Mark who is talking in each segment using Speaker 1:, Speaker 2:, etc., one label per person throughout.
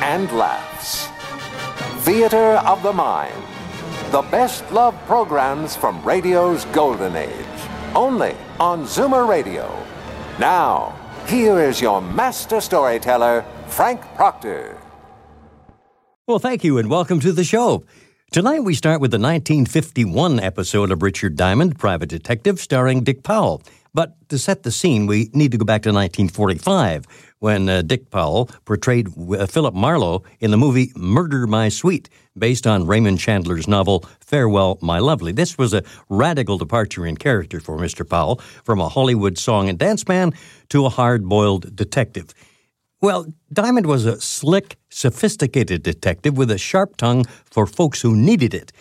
Speaker 1: and laughs. Theater of the Mind. The best love programs from radio's golden age. Only on Zoomer Radio. Now, here is your master storyteller, Frank Proctor.
Speaker 2: Well, thank you and welcome to the show. Tonight we start with the 1951 episode of Richard Diamond, Private Detective, starring Dick Powell. But to set the scene, we need to go back to 1945 when uh, Dick Powell portrayed uh, Philip Marlowe in the movie Murder My Sweet, based on Raymond Chandler's novel Farewell My Lovely. This was a radical departure in character for Mr. Powell, from a Hollywood song and dance man to a hard boiled detective. Well, Diamond was a slick, sophisticated detective with a sharp tongue for folks who needed it.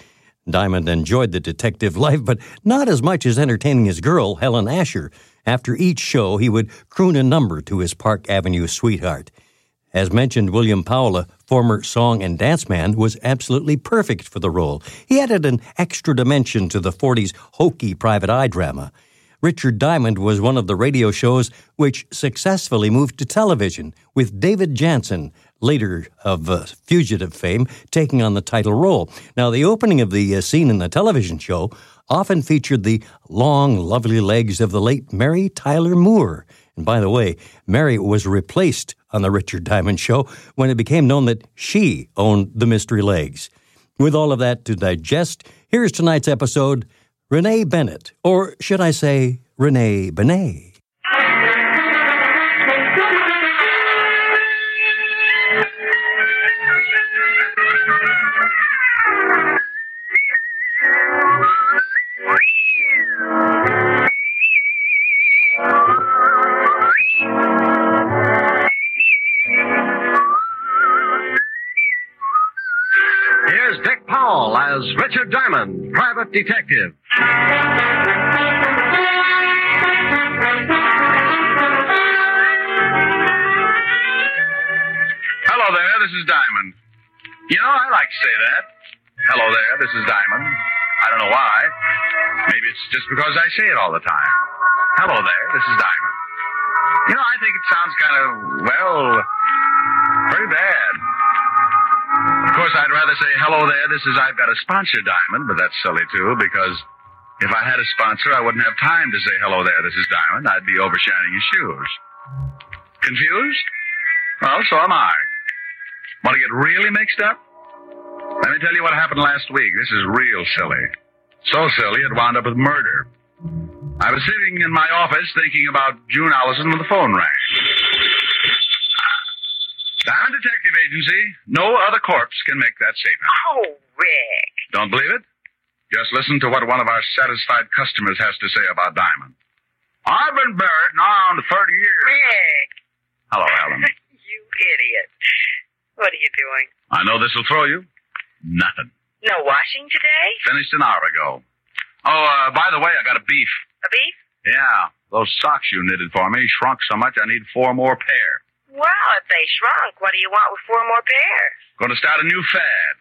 Speaker 2: Diamond enjoyed the detective life, but not as much as entertaining his girl, Helen Asher. After each show, he would croon a number to his Park Avenue sweetheart. As mentioned, William Powell, a former song and dance man, was absolutely perfect for the role. He added an extra dimension to the 40s hokey private eye drama. Richard Diamond was one of the radio shows which successfully moved to television, with David Jansen, later of uh, fugitive fame, taking on the title role. Now, the opening of the uh, scene in the television show often featured the long, lovely legs of the late Mary Tyler Moore. And by the way, Mary was replaced on the Richard Diamond show when it became known that she owned the mystery legs. With all of that to digest, here's tonight's episode Renee Bennett, or should I say, Renee Benet.
Speaker 3: Here's Dick Powell as Richard Diamond, private detective.
Speaker 4: Hello there, this is Diamond. You know, I like to say that. Hello there, this is Diamond. I don't know why. Maybe it's just because I say it all the time. Hello there, this is Diamond. You know, I think it sounds kind of, well, pretty bad. Of course, I'd rather say, hello there, this is I've got a sponsor, Diamond, but that's silly, too, because if I had a sponsor, I wouldn't have time to say, hello there, this is Diamond. I'd be overshining his shoes. Confused? Well, so am I. Want to get really mixed up? Let me tell you what happened last week. This is real silly. So silly, it wound up with murder. I was sitting in my office thinking about June Allison when the phone rang. Diamond Detective Agency, no other corpse can make that statement.
Speaker 5: Oh, Rick.
Speaker 4: Don't believe it? Just listen to what one of our satisfied customers has to say about Diamond. I've been buried now on 30 years.
Speaker 5: Rick,
Speaker 4: Hello, Alan.
Speaker 5: you idiot. What are you doing?
Speaker 4: I know this will throw you. Nothing.
Speaker 5: No washing today?
Speaker 4: Finished an hour ago. Oh, uh, by the way, I got a beef.
Speaker 5: A beef?
Speaker 4: Yeah, those socks you knitted for me shrunk so much I need four more pair.
Speaker 5: Well, if they shrunk, what do you want with four more pairs?
Speaker 4: Gonna start a new fad.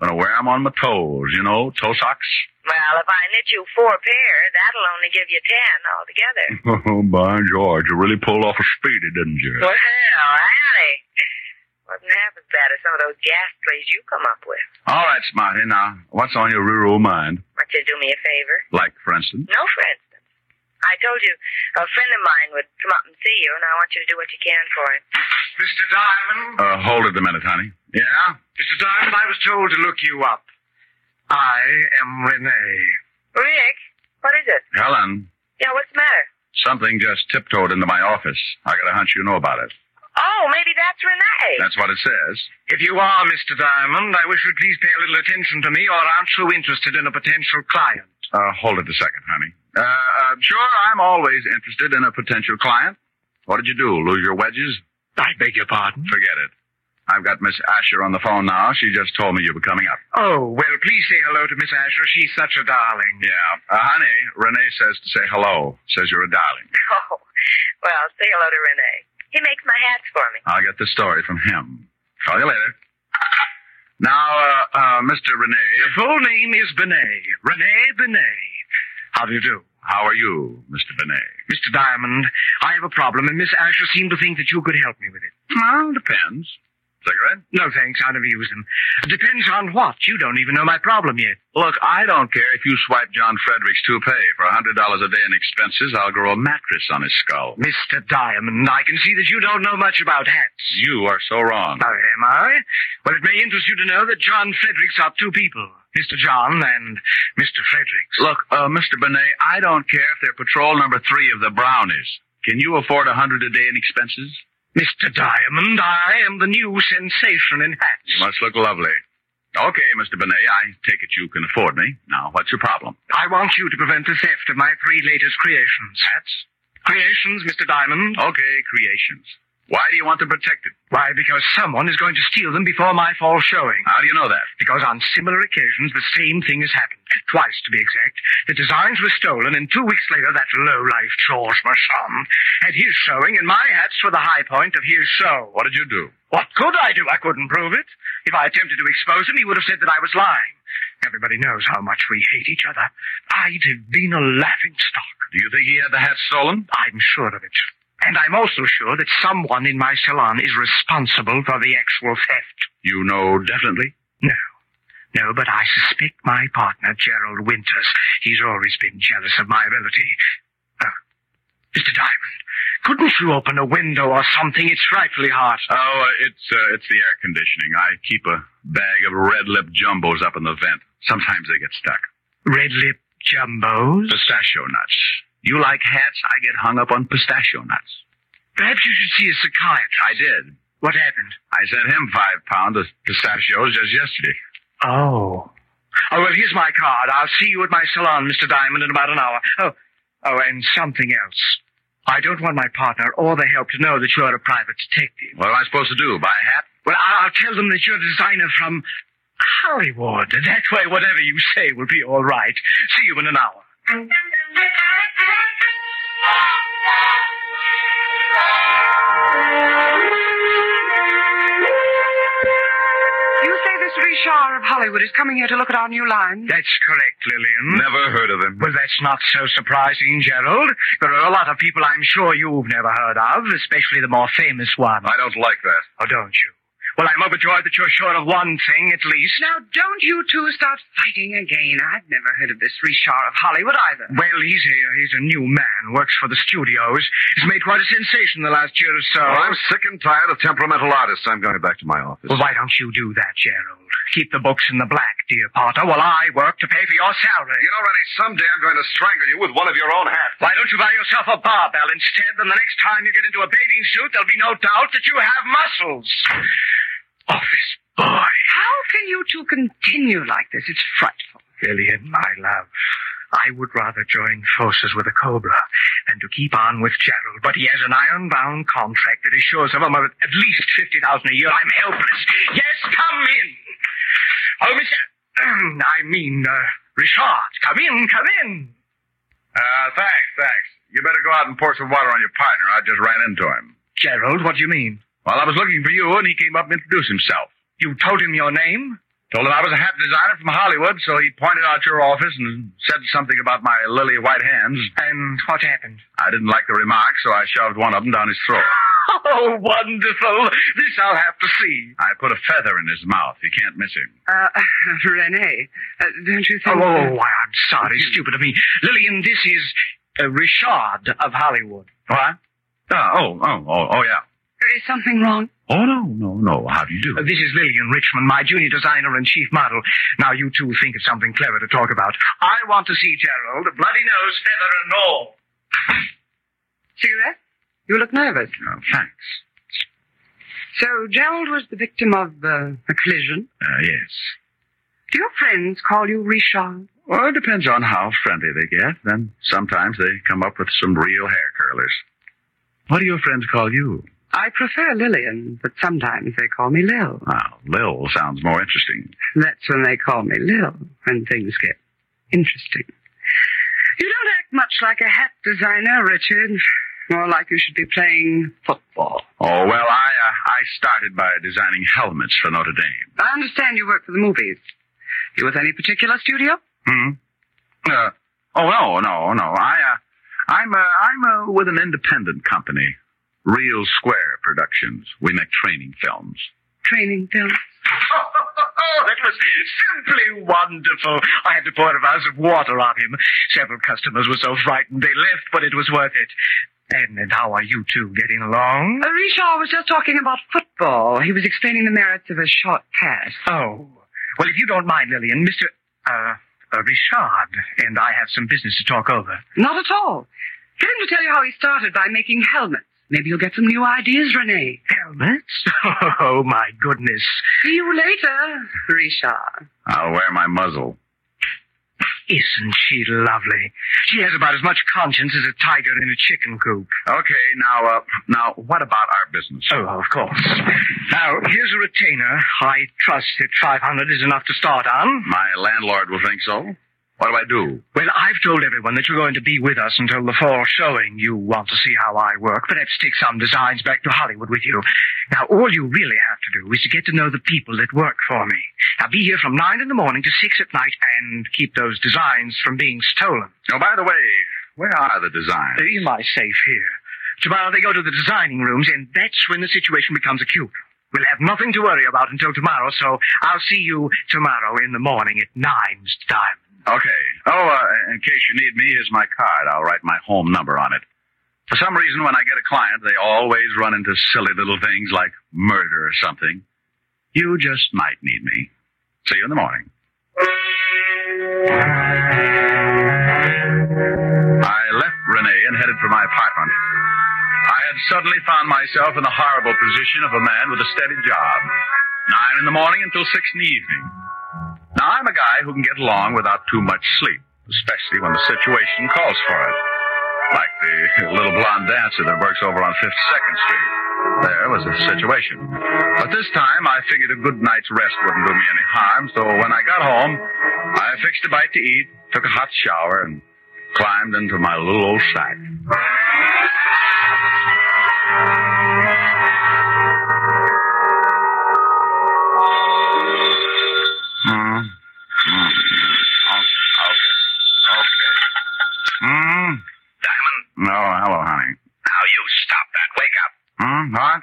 Speaker 4: Gonna wear 'em on my toes, you know, toe socks.
Speaker 5: Well, if I knit you four pair, that'll only give you ten altogether.
Speaker 4: Oh, by George, you really pulled off a speedy, didn't you?
Speaker 5: well, Annie. Wasn't half as bad as some of those ghastlies you come up with.
Speaker 4: All right, Smarty, now, what's on your rural mind?
Speaker 5: Want you to do me a favor?
Speaker 4: Like, for instance?
Speaker 5: No, for instance. I told you a friend of mine would come up and see you, and I want you to do what you can for him.
Speaker 6: Mr. Diamond?
Speaker 4: Uh, hold it a minute, honey. Yeah?
Speaker 6: Mr. Diamond, I was told to look you up. I am Renee.
Speaker 5: Rick, what is it?
Speaker 4: Helen,
Speaker 5: Yeah, what's the matter?
Speaker 4: something just tiptoed into my office. I got a hunch you know about it.
Speaker 5: Oh, maybe that's Renee.
Speaker 4: That's what it says.
Speaker 6: If you are Mr. Diamond, I wish you'd please pay a little attention to me, or I'm too interested in a potential client.
Speaker 4: Uh, hold it a second, honey. Uh, uh, sure, I'm always interested in a potential client. What did you do? Lose your wedges?
Speaker 6: I beg your pardon?
Speaker 4: Forget it. I've got Miss Asher on the phone now. She just told me you were coming up.
Speaker 6: Oh, well, please say hello to Miss Asher. She's such a darling.
Speaker 4: Yeah. Uh, honey, Renee says to say hello. Says you're a darling.
Speaker 5: Oh, well, say hello to Renee. He makes my hats for me.
Speaker 4: I'll get the story from him. Call you later. Now, uh, uh, Mr.
Speaker 6: Your
Speaker 4: Renee,
Speaker 6: full name is Benet. Renee Benet. How do you do?
Speaker 4: how are you, Mr. Benet?
Speaker 6: Mr. Diamond, I have a problem, and Miss Asher seemed to think that you could help me with it.
Speaker 4: Well, depends. Cigarette?
Speaker 6: No, thanks. I never use them. Depends on what. You don't even know my problem yet.
Speaker 4: Look, I don't care if you swipe John Frederick's toupee for a $100 a day in expenses. I'll grow a mattress on his skull.
Speaker 6: Mr. Diamond, I can see that you don't know much about hats.
Speaker 4: You are so wrong.
Speaker 6: Oh, am I? Well, it may interest you to know that John Fredericks are two people. Mr. John and Mr. Fredericks.
Speaker 4: Look, uh, Mr. Benet, I don't care if they're patrol number three of the Brownies. Can you afford a hundred a day in expenses?
Speaker 6: Mr. Diamond, I am the new sensation in hats.
Speaker 4: You must look lovely. Okay, Mr. Benet, I take it you can afford me. Now, what's your problem?
Speaker 6: I want you to prevent the theft of my three latest creations. Hats? Creations, Mr. Diamond.
Speaker 4: Okay, creations. Why do you want them protected?
Speaker 6: Why, because someone is going to steal them before my fall showing.
Speaker 4: How do you know that?
Speaker 6: Because on similar occasions, the same thing has happened. Twice, to be exact. The designs were stolen, and two weeks later, that low-life George Marchand had his showing, and my hats were the high point of his show.
Speaker 4: What did you do?
Speaker 6: What could I do? I couldn't prove it. If I attempted to expose him, he would have said that I was lying. Everybody knows how much we hate each other. I'd have been a laughing stock.
Speaker 4: Do you think he had the hat stolen?
Speaker 6: I'm sure of it. And I'm also sure that someone in my salon is responsible for the actual theft.
Speaker 4: You know definitely.
Speaker 6: No. No, but I suspect my partner, Gerald Winters. He's always been jealous of my ability. Oh, Mr. Diamond, couldn't you open a window or something? It's frightfully hot.
Speaker 4: Oh, uh, it's uh, it's the air conditioning. I keep a bag of red lip jumbos up in the vent. Sometimes they get stuck.
Speaker 6: Red lip jumbos?
Speaker 4: Pistachio nuts. You like hats? I get hung up on pistachio nuts.
Speaker 6: Perhaps you should see a psychiatrist.
Speaker 4: I did.
Speaker 6: What happened?
Speaker 4: I sent him five pounds of pistachios just yesterday.
Speaker 6: Oh. Oh, well, here's my card. I'll see you at my salon, Mr. Diamond, in about an hour. Oh, oh, and something else. I don't want my partner or the help to know that you're a private detective.
Speaker 4: What am I supposed to do? Buy a hat?
Speaker 6: Well, I- I'll tell them that you're a designer from Hollywood. That way, whatever you say will be all right. See you in an hour.
Speaker 7: You say this Richard of Hollywood is coming here to look at our new line?
Speaker 6: That's correct, Lillian.
Speaker 4: Never heard of him.
Speaker 6: Well, that's not so surprising, Gerald. There are a lot of people I'm sure you've never heard of, especially the more famous one.
Speaker 4: I don't like that.
Speaker 6: Oh, don't you? Well, I'm overjoyed that you're sure of one thing, at least.
Speaker 7: Now, don't you two start fighting again. I've never heard of this Richard of Hollywood either.
Speaker 6: Well, he's a, he's a new man, works for the studios. He's made quite a sensation the last year or so.
Speaker 4: Well, I'm sick and tired of temperamental artists. I'm going back to my office.
Speaker 6: Well, why don't you do that, Gerald? Keep the books in the black, dear Potter, while I work to pay for your salary.
Speaker 4: You know, Rennie, someday I'm going to strangle you with one of your own hats.
Speaker 6: Why don't you buy yourself a barbell instead? Then the next time you get into a bathing suit, there'll be no doubt that you have muscles. Office Oh, boy.
Speaker 7: How can you two continue like this? It's frightful.
Speaker 6: Lillian, my love, I would rather join forces with a cobra than to keep on with Gerald, but he has an iron-bound contract that assures him of at least 50000 a year. I'm helpless. Yes, come in. Oh, Mr. um, I mean, uh, Richard, come in, Mm, come in.
Speaker 4: Uh, thanks, thanks. You better go out and pour some water on your partner. I just ran into him.
Speaker 6: Gerald, what do you mean?
Speaker 4: Well, I was looking for you, and he came up and introduced himself.
Speaker 6: You told him your name?
Speaker 4: Told him I was a hat designer from Hollywood, so he pointed out your office and said something about my lily white hands.
Speaker 6: And what happened?
Speaker 4: I didn't like the remark, so I shoved one of them down his throat.
Speaker 6: Oh, wonderful. This I'll have to see.
Speaker 4: I put a feather in his mouth. You can't miss him.
Speaker 7: Uh, Renee, uh, don't you
Speaker 6: Oh,
Speaker 7: think...
Speaker 6: oh, why, I'm sorry. Stupid of me. Lillian, this is uh, Richard of Hollywood.
Speaker 4: What? Oh, oh, oh, oh, oh, yeah.
Speaker 7: There is something wrong.
Speaker 4: Oh, no, no, no. How do you do?
Speaker 6: Uh, This is Lillian Richmond, my junior designer and chief model. Now, you two think of something clever to talk about. I want to see Gerald, bloody nose, feather, and all.
Speaker 7: Cigarette? You look nervous.
Speaker 4: Oh, thanks.
Speaker 7: So, Gerald was the victim of uh, a collision.
Speaker 4: Uh, yes.
Speaker 7: Do your friends call you Richard?
Speaker 4: Well, it depends on how friendly they get. Then sometimes they come up with some real hair curlers. What do your friends call you?
Speaker 7: I prefer Lillian, but sometimes they call me
Speaker 4: Now,
Speaker 7: Lil.
Speaker 4: Ah, Lil sounds more interesting.
Speaker 7: That's when they call me Lil, when things get interesting. You don't act much like a hat designer, Richard. More like you should be playing football.
Speaker 4: Oh, well, I, uh, I started by designing helmets for Notre Dame.
Speaker 7: I understand you work for the movies. You with any particular studio?
Speaker 4: Hmm? Uh, oh, no, no, no. I, uh, I'm, uh, I'm uh, with an independent company, Real Square Productions. We make training films.
Speaker 7: Training films.
Speaker 6: Oh, that was simply wonderful. I had to pour a vase of water on him. Several customers were so frightened they left, but it was worth it. And, and how are you two getting along?
Speaker 7: Uh, Richard was just talking about football. He was explaining the merits of a short pass.
Speaker 6: Oh. Well, if you don't mind, Lillian, Mr. Uh, uh, Richard and I have some business to talk over.
Speaker 7: Not at all. Get him to tell you how he started by making helmets. Maybe you'll get some new ideas, Renee.
Speaker 6: Helmets? Oh, my goodness.
Speaker 7: See you later, Richard.
Speaker 4: I'll wear my muzzle.
Speaker 6: Isn't she lovely? She has about as much conscience as a tiger in a chicken coop.
Speaker 4: Okay, Oh, now, uh, now, what about our business?
Speaker 6: Oh, of course. Now, here's a retainer. I trust that 500 is enough to start on.
Speaker 4: My landlord will think so. What do I do?
Speaker 6: Well, I've told everyone that you're going to be with us until the fall showing. You want to see how I work, perhaps take some designs back to Hollywood with you. Now, all you really have to do is to get to know the people that work for me. Now, be here from nine in the morning to six at night and keep those designs from being stolen.
Speaker 4: Oh, by the way, where are the designs?
Speaker 6: They're in my safe here. Tomorrow they go to the designing rooms, and that's when the situation becomes acute. We'll have nothing to worry about until tomorrow, so I'll see you tomorrow in the morning at nine, Mr. Diamond.
Speaker 4: Okay. Oh, uh, in case you need me, here's my card. I'll write my home number on it. For some reason, when I get a client, they always run into silly little things like murder or something. You just might need me. See you in the morning. I left Renee and headed for my apartment. I had suddenly found myself in the horrible position of a man with a steady job. Nine in the morning until six in the evening. Now, I'm a guy who can get along without too much sleep, especially when the situation calls for it. Like the little blonde dancer that works over on 52nd Street. There was a situation. But this time, I figured a good night's rest wouldn't do me any harm, so when I got home, I fixed a bite to eat, took a hot shower, and climbed into my little old sack. Mm. Mm. Oh, okay. Okay. Mm.
Speaker 3: Diamond,
Speaker 4: No, hello, honey.
Speaker 3: now you stop that. Wake up.
Speaker 4: Hmm? What?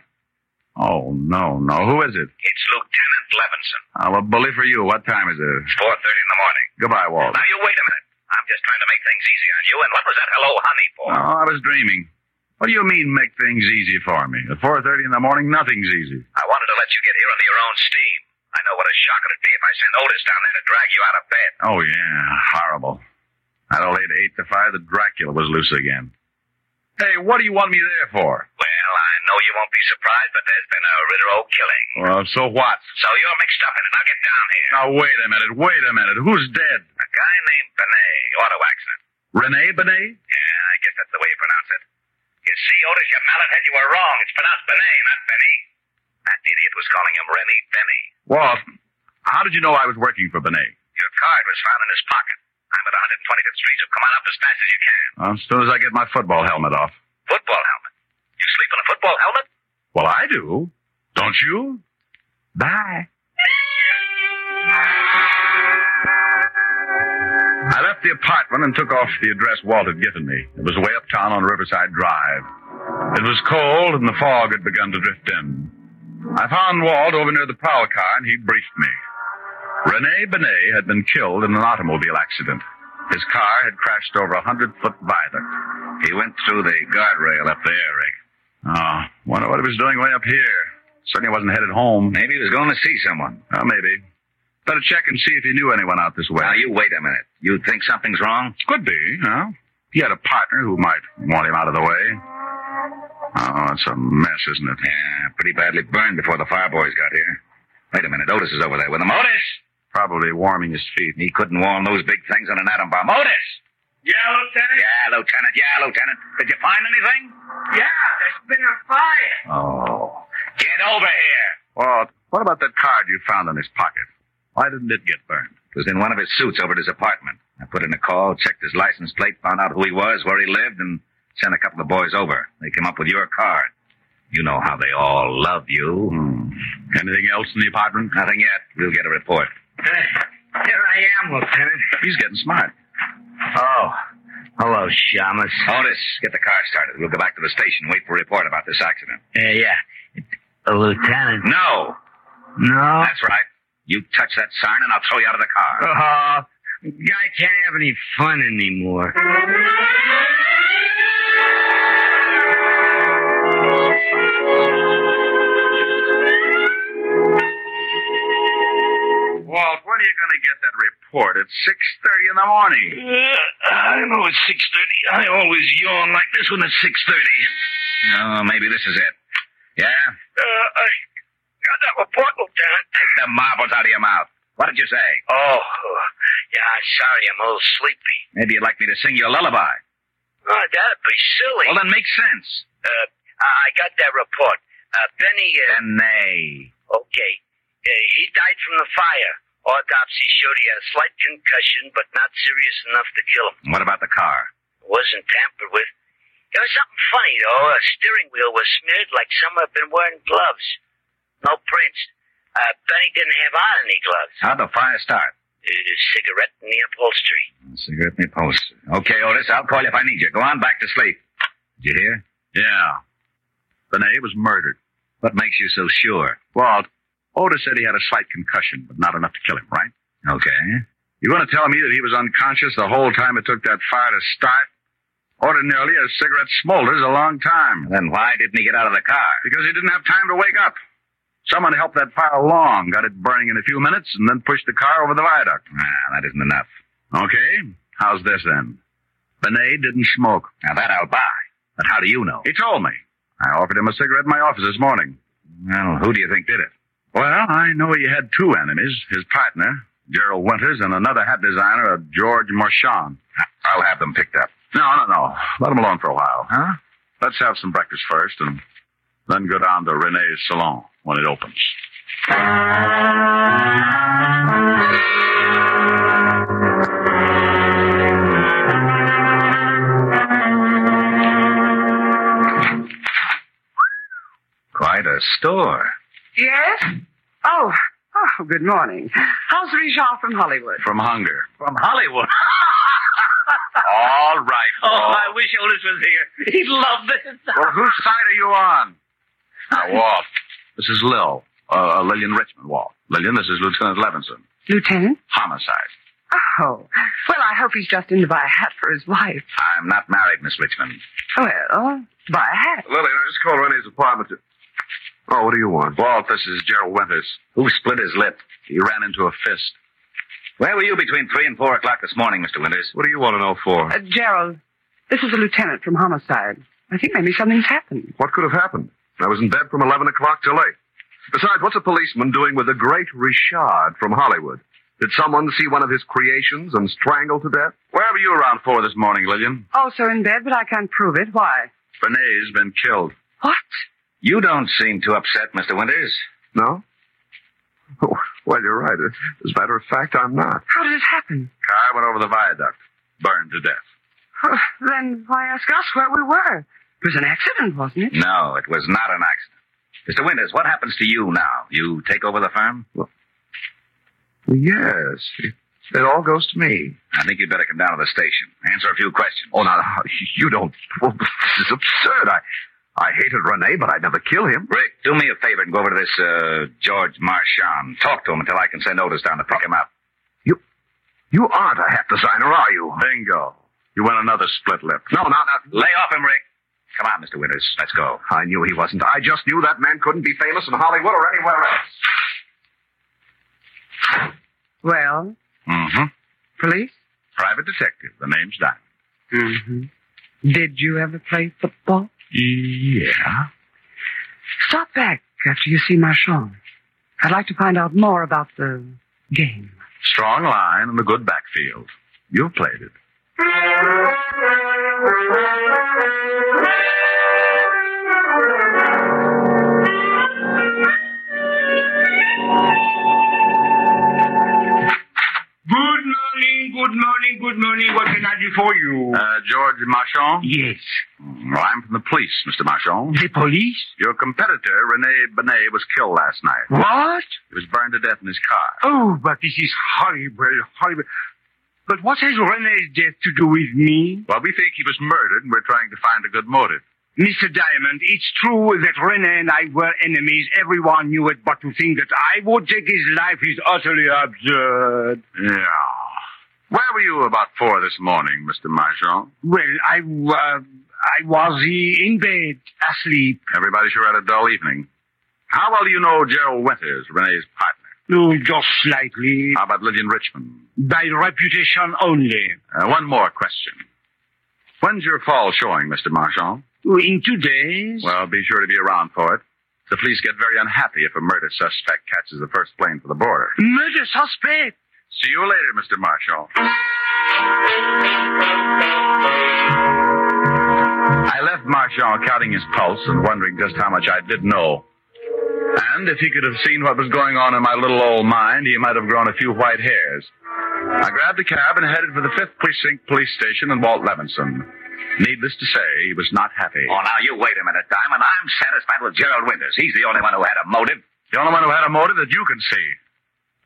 Speaker 4: Oh, no, no. Who is it?
Speaker 3: It's Lieutenant Levinson.
Speaker 4: I'm a bully for you. What time is it?
Speaker 3: 4.30 in the morning.
Speaker 4: Goodbye, Walt.
Speaker 3: Now you wait a minute. I'm just trying to make things easy on you. And what was that hello honey for?
Speaker 4: Oh, I was dreaming. What do you mean make things easy for me? At 4.30 in the morning, nothing's easy.
Speaker 3: I wanted to let you get here under your own steam. I know what a shock it'd be if I sent Otis down there to drag you out of bed.
Speaker 4: Oh, yeah. Horrible. That old 8 to 8 to 5, the Dracula was loose again. Hey, what do you want me there for?
Speaker 3: Well, I know you won't be surprised, but there's been a Ritterow killing.
Speaker 4: Well, so what?
Speaker 3: So you're mixed up in it. Now get down here.
Speaker 4: Now, wait a minute. Wait a minute. Who's dead?
Speaker 3: A guy named Benet, auto accident.
Speaker 4: Rene Benet?
Speaker 3: Yeah, I guess that's the way you pronounce it. You see, Otis, you mallethead, you were wrong. It's pronounced Benet, not Benny. That idiot was calling him Rennie Benny.
Speaker 4: Walt, how did you know I was working for Benet?
Speaker 3: Your card was found in his pocket. I'm at 125th Street, so come on up as fast as you can.
Speaker 4: Well, as soon as I get my football helmet off.
Speaker 3: Football helmet. You sleep in a football helmet?
Speaker 4: Well, I do. Don't you? Bye. I left the apartment and took off the address Walt had given me. It was way uptown on Riverside Drive. It was cold and the fog had begun to drift in. I found Walt over near the prowl car and he briefed me. Rene Benet had been killed in an automobile accident. His car had crashed over a hundred foot viaduct. He went through the guardrail up there, Rick. Oh, wonder what he was doing way up here. Certainly wasn't headed home.
Speaker 3: Maybe he was going to see someone.
Speaker 4: Well, maybe. Better check and see if he knew anyone out this way.
Speaker 3: Now, you wait a minute. You think something's wrong?
Speaker 4: Could be, you know. He had a partner who might want him out of the way. Oh, it's a mess, isn't it?
Speaker 3: Yeah, pretty badly burned before the fireboys got here. Wait a minute. Otis is over there with him. Otis!
Speaker 4: Probably warming his feet.
Speaker 3: He couldn't warm those big things on an atom bomb. Otis!
Speaker 6: Yeah, Lieutenant?
Speaker 3: Yeah, Lieutenant. Yeah, Lieutenant. Did you find anything?
Speaker 6: Yeah, there's been a fire.
Speaker 4: Oh.
Speaker 3: Get over here.
Speaker 4: Well, what about that card you found in his pocket? Why didn't it get burned?
Speaker 3: It was in one of his suits over at his apartment. I put in a call, checked his license plate, found out who he was, where he lived, and sent a couple of boys over. They came up with your card. You know how they all love you.
Speaker 4: Anything else in the apartment?
Speaker 3: Nothing yet. We'll get a report.
Speaker 6: Here I am, Lieutenant.
Speaker 4: He's getting smart.
Speaker 6: Oh. Hello, Shamus.
Speaker 3: Otis, get the car started. We'll go back to the station and wait for a report about this accident.
Speaker 6: Uh, yeah. Uh, Lieutenant.
Speaker 3: No!
Speaker 6: No.
Speaker 3: That's right. You touch that siren and I'll throw you out of the car.
Speaker 6: Oh, guy can't have any fun anymore.
Speaker 4: Walt, when are you going to get that report? It's 6.30 in the morning.
Speaker 3: I know it's 6.30. I always yawn like this when it's 6.30. Oh, maybe this is it. Yeah?
Speaker 6: Uh, I got that report, Lieutenant.
Speaker 3: Take the marbles out of your mouth. What did you say?
Speaker 6: Oh, yeah, sorry, I'm a little sleepy.
Speaker 3: Maybe you'd like me to sing you a lullaby.
Speaker 6: Oh, that'd be silly.
Speaker 3: Well, then make sense.
Speaker 6: uh, I I got that report. Uh, Benny, uh,
Speaker 3: Then nay.
Speaker 6: okay, uh, he died from the fire. Autopsy showed he had a slight concussion, but not serious enough to kill him.
Speaker 3: What about the car?
Speaker 6: wasn't tampered with. There was something funny, though. A steering wheel was smeared like someone had been wearing gloves. No prints. Uh, Benny didn't have on any gloves.
Speaker 3: How'd the fire start?
Speaker 6: Uh, cigarette in the upholstery.
Speaker 3: Cigarette in the post. Okay, Otis, I'll call you if I need you. Go on back to sleep. Did you hear?
Speaker 4: Yeah. Benet was murdered.
Speaker 3: What makes you so sure?
Speaker 4: Walt, Otis said he had a slight concussion, but not enough to kill him, right?
Speaker 3: Okay.
Speaker 4: You want to tell me that he was unconscious the whole time it took that fire to start? Ordinarily, a cigarette smolders a long time.
Speaker 3: Then why didn't he get out of the car?
Speaker 4: Because he didn't have time to wake up. Someone helped that fire along, got it burning in a few minutes, and then pushed the car over the viaduct.
Speaker 3: Ah, that isn't enough.
Speaker 4: Okay, how's this then? Benet didn't smoke.
Speaker 3: Now that I'll buy. But how do you know?
Speaker 4: He told me. I offered him a cigarette in my office this morning.
Speaker 3: Well, who do you think did it?
Speaker 4: Well, I know he had two enemies his partner, Gerald Winters, and another hat designer, a George Marchand.
Speaker 3: I'll have them picked up.
Speaker 4: No, no, no. Let him alone for a while.
Speaker 3: Huh?
Speaker 4: Let's have some breakfast first and then go down to Renee's salon when it opens.
Speaker 3: Quite a store.
Speaker 7: Yes? Oh, oh, good morning. How's Richard from Hollywood?
Speaker 4: From hunger.
Speaker 6: From Hollywood.
Speaker 4: All right. Walt.
Speaker 6: Oh, wish Otis was here. He'd love this.
Speaker 4: Well, whose side are you on? Now, Walt. This is Lil. Uh, Lillian Richmond, Walt. Lillian, this is Lieutenant Levinson.
Speaker 7: Lieutenant?
Speaker 4: Homicide.
Speaker 7: Oh, well, I hope he's just in to buy a hat for his wife.
Speaker 6: Uh,
Speaker 3: I'm not married, Miss Richmond.
Speaker 7: Well, buy a hat.
Speaker 4: Lillian, I just called Renee's apartment to... Oh, what do you want? Walt, this is Gerald Winters.
Speaker 3: Who split his lip?
Speaker 4: He ran into a fist.
Speaker 3: Where were you between three and four o'clock this morning, Mr. Winters?
Speaker 4: What do you want to know for?
Speaker 7: Uh, Gerald, this is a lieutenant from homicide. I think maybe something's happened.
Speaker 4: What could have happened? I was in bed from 11 o'clock till 8. Besides, what's a policeman doing with the great Richard from Hollywood? Did someone see one of his creations and strangle to death? Where were you around four this morning, Lillian?
Speaker 7: Also in bed, but I can't prove it. Why?
Speaker 4: Renee's been killed.
Speaker 7: What?
Speaker 3: You don't seem too upset, Mr. Winters.
Speaker 4: No? Oh, well, you're right. As a matter of fact, I'm not.
Speaker 7: How did it happen?
Speaker 4: Car went over the viaduct, burned to death.
Speaker 7: Oh, then why ask us where we were? It was an accident, wasn't it?
Speaker 3: No, it was not an accident. Mr. Winters, what happens to you now? You take over the firm?
Speaker 4: Yes. It, it all goes to me.
Speaker 3: I think you'd better come down to the station. Answer a few questions.
Speaker 4: Oh, now, now, you don't. Well, this is absurd. I, I hated Renee, but I'd never kill him.
Speaker 3: Rick, do me a favor and go over to this uh, George Marchand. Talk to him until I can send Otis down to pick him up.
Speaker 4: You aren't a hat designer, are you? Bingo. You want another split lip. No, no, no.
Speaker 3: Lay off him, Rick. Come on, Mr. Winters. Let's go.
Speaker 4: I knew he wasn't. I just knew that man couldn't be famous in Hollywood or anywhere else.
Speaker 7: Well,
Speaker 3: Mm-hmm.
Speaker 7: police?
Speaker 4: Private detective. The name's Diamond.
Speaker 7: Mm-hmm. Did you ever play football?
Speaker 4: Yeah.
Speaker 7: Stop back after you see Marchand. I'd like to find out more about the game.
Speaker 4: Strong line and a good backfield. You've played it.
Speaker 6: Good morning, good morning, good morning. What can I do for you?
Speaker 4: Uh, George Marchand?
Speaker 6: yes.
Speaker 4: Well, I'm from the police, Mr. Marchand.
Speaker 6: The police?
Speaker 4: Your competitor, Rene Benet, was killed last night.
Speaker 6: What?
Speaker 4: He was burned to death in his car.
Speaker 6: Oh, but this is horrible, horrible. But what has Rene's death to do with me?
Speaker 4: Well, we think he was murdered, and we're trying to find a good motive.
Speaker 6: Mr. Diamond, it's true that Rene and I were enemies. Everyone knew it, but to think that I would take his life is utterly absurd.
Speaker 4: Yeah. Where were you about four this morning, Mr. Marchand?
Speaker 6: Well, I, uh, I was uh, in bed, asleep.
Speaker 4: Everybody sure had a dull evening. How well do you know Gerald Winters, Rene's partner?
Speaker 6: Oh, just slightly.
Speaker 4: How about Lillian Richmond?
Speaker 6: By reputation only.
Speaker 4: Uh, one more question. When's your fall showing, Mr. Marchand?
Speaker 6: In two days?
Speaker 4: Well, be sure to be around for it. The police get very unhappy if a murder suspect catches the first plane for the border.
Speaker 6: murder suspect.
Speaker 4: See you later, Mr. Marshall. I left Marchand counting his pulse and wondering just how much I did know. And if he could have seen what was going on in my little old mind, he might have grown a few white hairs. I grabbed a cab and headed for the 5th Precinct Police Station in Walt Levinson. Needless to say, he was not happy.
Speaker 3: Oh, now you wait a minute, Diamond. I'm satisfied with Gerald Winters. He's the only one who had a motive.
Speaker 4: The only one who had a motive that you could see.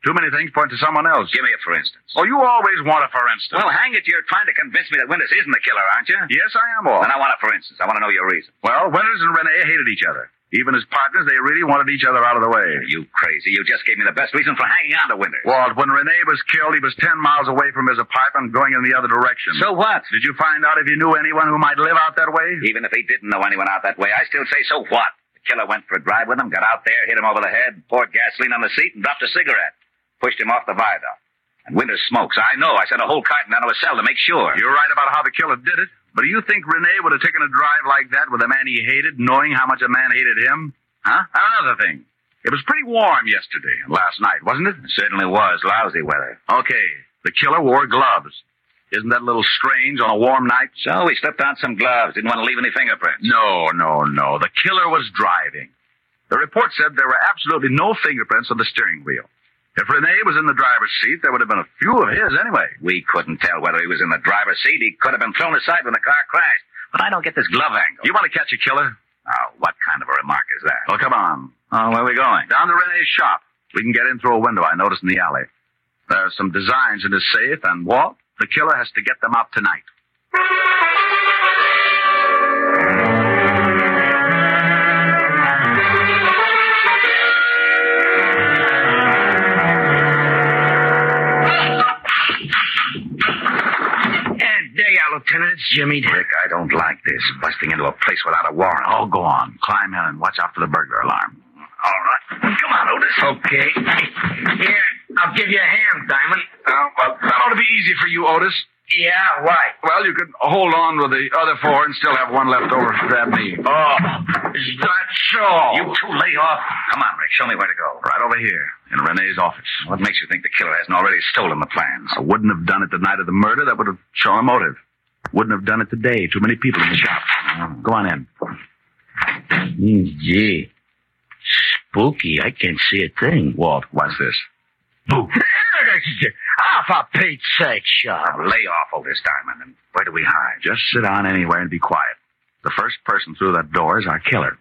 Speaker 4: Too many things point to someone else.
Speaker 3: Give me it, for instance.
Speaker 4: Oh, you always want a for instance.
Speaker 3: Well, hang it, you're trying to convince me that Winters isn't the killer, aren't you?
Speaker 4: yes, I am all.
Speaker 3: Then I want it, for instance. I want to know your reason.
Speaker 4: Well, Winters and Rene hated each other. Even as partners, they really wanted each other out of the way.
Speaker 3: You crazy. You just gave me the best reason for hanging on to Winters.
Speaker 4: Walt, when Rene was killed, he was ten miles away from his apartment going in the other direction.
Speaker 3: So what?
Speaker 4: did you find out if you knew anyone who might live out that way?
Speaker 3: Even if he didn't know anyone out that way, I still say, so what? The killer went for a drive with him, got out there, hit him over the head, poured gasoline on the seat, and dropped a cigarette. Pushed him off the viaduct. And Winters smokes. I know. I sent a whole carton down to his cell to make sure.
Speaker 4: You're right about how the killer did it. But do you think Rene would have taken a drive like that with a man he hated, knowing how much a man hated him? Huh? And another thing. It was pretty warm yesterday and last night, wasn't it?
Speaker 3: It certainly was lousy weather.
Speaker 4: Okay. The killer wore gloves. Isn't that a little strange on a warm night?
Speaker 3: So he slipped on some gloves. Didn't want to leave any fingerprints.
Speaker 4: No, no, no. The killer was driving. The report said there were absolutely no fingerprints on the steering wheel. If Rene was in the driver's seat, there would have been a few of his anyway.
Speaker 3: We couldn't tell whether he was in the driver's seat. He could have been thrown aside when the car crashed. But I don't get this glove angle.
Speaker 4: You want to catch a killer?
Speaker 3: Now, what kind of a remark is that?
Speaker 4: Well, come on.
Speaker 3: Oh, where are we going?
Speaker 4: Down to Rene's shop. We can get in through a window I noticed in the alley. There are some designs in his safe, and Walt, the killer has to get them out tonight.
Speaker 6: And there you are, Lieutenant. It's Jimmy.
Speaker 3: Rick, I don't like this. Busting into a place without a warrant.
Speaker 4: Oh, go on. Climb in and watch out for the burglar alarm.
Speaker 3: all right. Come on, Otis.
Speaker 6: Okay. Here, I'll give you a hand, Diamond.
Speaker 4: Oh, well, that ought to be easy for you, Otis.
Speaker 6: Yeah, why?
Speaker 4: Well, you could hold on with the other four and still have one left over to grab me.
Speaker 6: Oh, is that so?
Speaker 3: You two lay off. Come on, Rick. Show me where to go.
Speaker 4: Right over here, in Renee's office.
Speaker 3: What makes you think the killer hasn't already stolen the plans?
Speaker 4: I wouldn't have done it the night of the murder. That would have shown a motive. Wouldn't have done it today. Too many people in the shop. Go on in.
Speaker 8: Mm, gee. Spooky. I can't see a thing.
Speaker 4: Walt, what's this?
Speaker 8: Half a Pete's sake,
Speaker 3: Now,
Speaker 8: Charles.
Speaker 3: lay off, Otis Diamond. And where do we hide?
Speaker 4: Just sit down anywhere and be quiet. The first person through that door is our killer.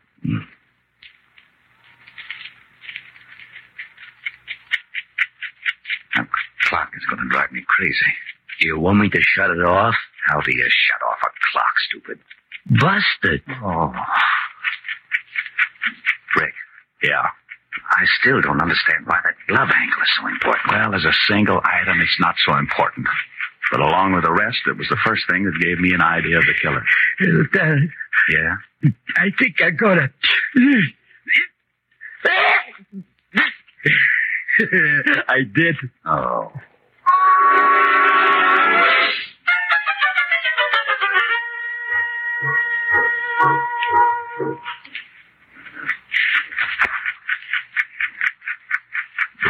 Speaker 3: That clock is going to drive me crazy.
Speaker 8: You want me to shut it off?
Speaker 3: How do you shut off a clock, stupid?
Speaker 8: Busted.
Speaker 3: Oh. Rick,
Speaker 4: Yeah.
Speaker 3: I still don't understand why that glove angle is so important.
Speaker 4: Well, as a single item, it's not so important. But along with the rest, it was the first thing that gave me an idea of the killer.
Speaker 8: Lieutenant,
Speaker 4: Yeah?
Speaker 8: Uh, I think I got it. I did.
Speaker 4: Oh.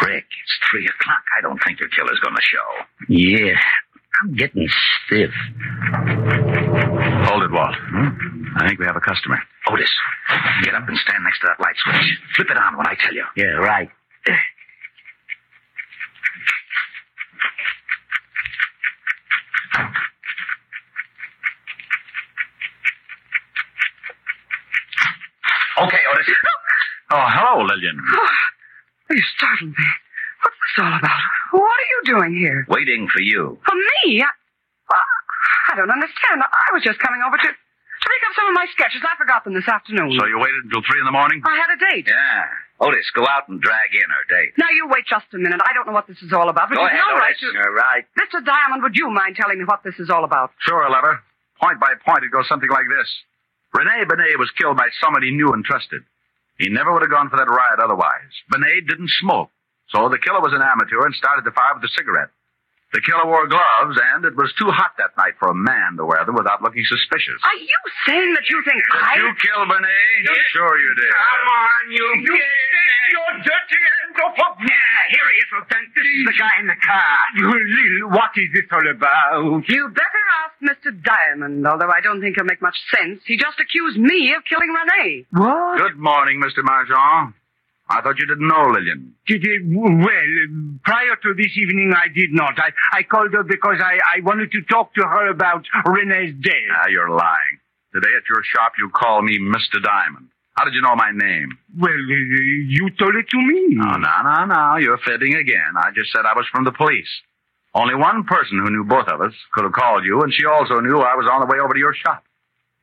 Speaker 3: Rick, it's three o'clock. I don't think your killer's going to show.
Speaker 8: Yeah.
Speaker 9: I'm getting stiff.
Speaker 3: Hold it, Walt. I think we have a customer. Hmm? Otis, get up and stand next to that light switch. Flip it on when I tell you.
Speaker 9: Yeah, right.
Speaker 3: Okay, Otis.
Speaker 4: Oh, hello, Lillian.
Speaker 7: Well, you startled me. What was this all about? What are you doing here?
Speaker 3: Waiting for you.
Speaker 7: For me? I, well, I don't understand. I was just coming over to, to pick up some of my sketches. I forgot them this afternoon.
Speaker 4: So you waited until three in the morning?
Speaker 7: I had a date.
Speaker 3: Yeah. Otis, Oh, go out and drag in her date.
Speaker 7: Now, you wait just a minute. I don't know what this is all about. Oh, But
Speaker 3: Go
Speaker 7: you've
Speaker 3: ahead,
Speaker 7: no right
Speaker 3: Otis.
Speaker 7: to...
Speaker 3: You're right.
Speaker 7: Mr. Diamond, would you mind telling me what this is all about?
Speaker 4: Sure, Lever. Point by point, it goes something like this. Rene Benet was killed by somebody new and trusted. He never would have gone for that riot otherwise. Benet didn't smoke, so the killer was an amateur and started the fire with a cigarette. The killer wore gloves, and it was too hot that night for a man to wear them without looking suspicious.
Speaker 7: Are you saying that you think I...
Speaker 4: you killed Benet? Sure you did.
Speaker 8: on, you. You stick your dirty hand up up. Yeah, here he is, Lieutenant. This is the guy in the car. You little, what is this all about?
Speaker 7: You better ask Mr. Diamond, although I don't think he'll make much sense. He just accused me of killing Renee.
Speaker 8: What?
Speaker 4: Good morning, Mr. Marchand. I thought you didn't know Lillian.
Speaker 8: Did it, well, um, prior to this evening, I did not. I, I called her because I, I wanted to talk to her about Renee's death.
Speaker 4: Ah, you're lying. Today at your shop, you call me Mr. Diamond. How did you know my name?
Speaker 8: Well, uh, you told it to me.
Speaker 4: Oh, no, no, no. You're fibbing again. I just said I was from the police. Only one person who knew both of us could have called you, and she also knew I was on the way over to your shop.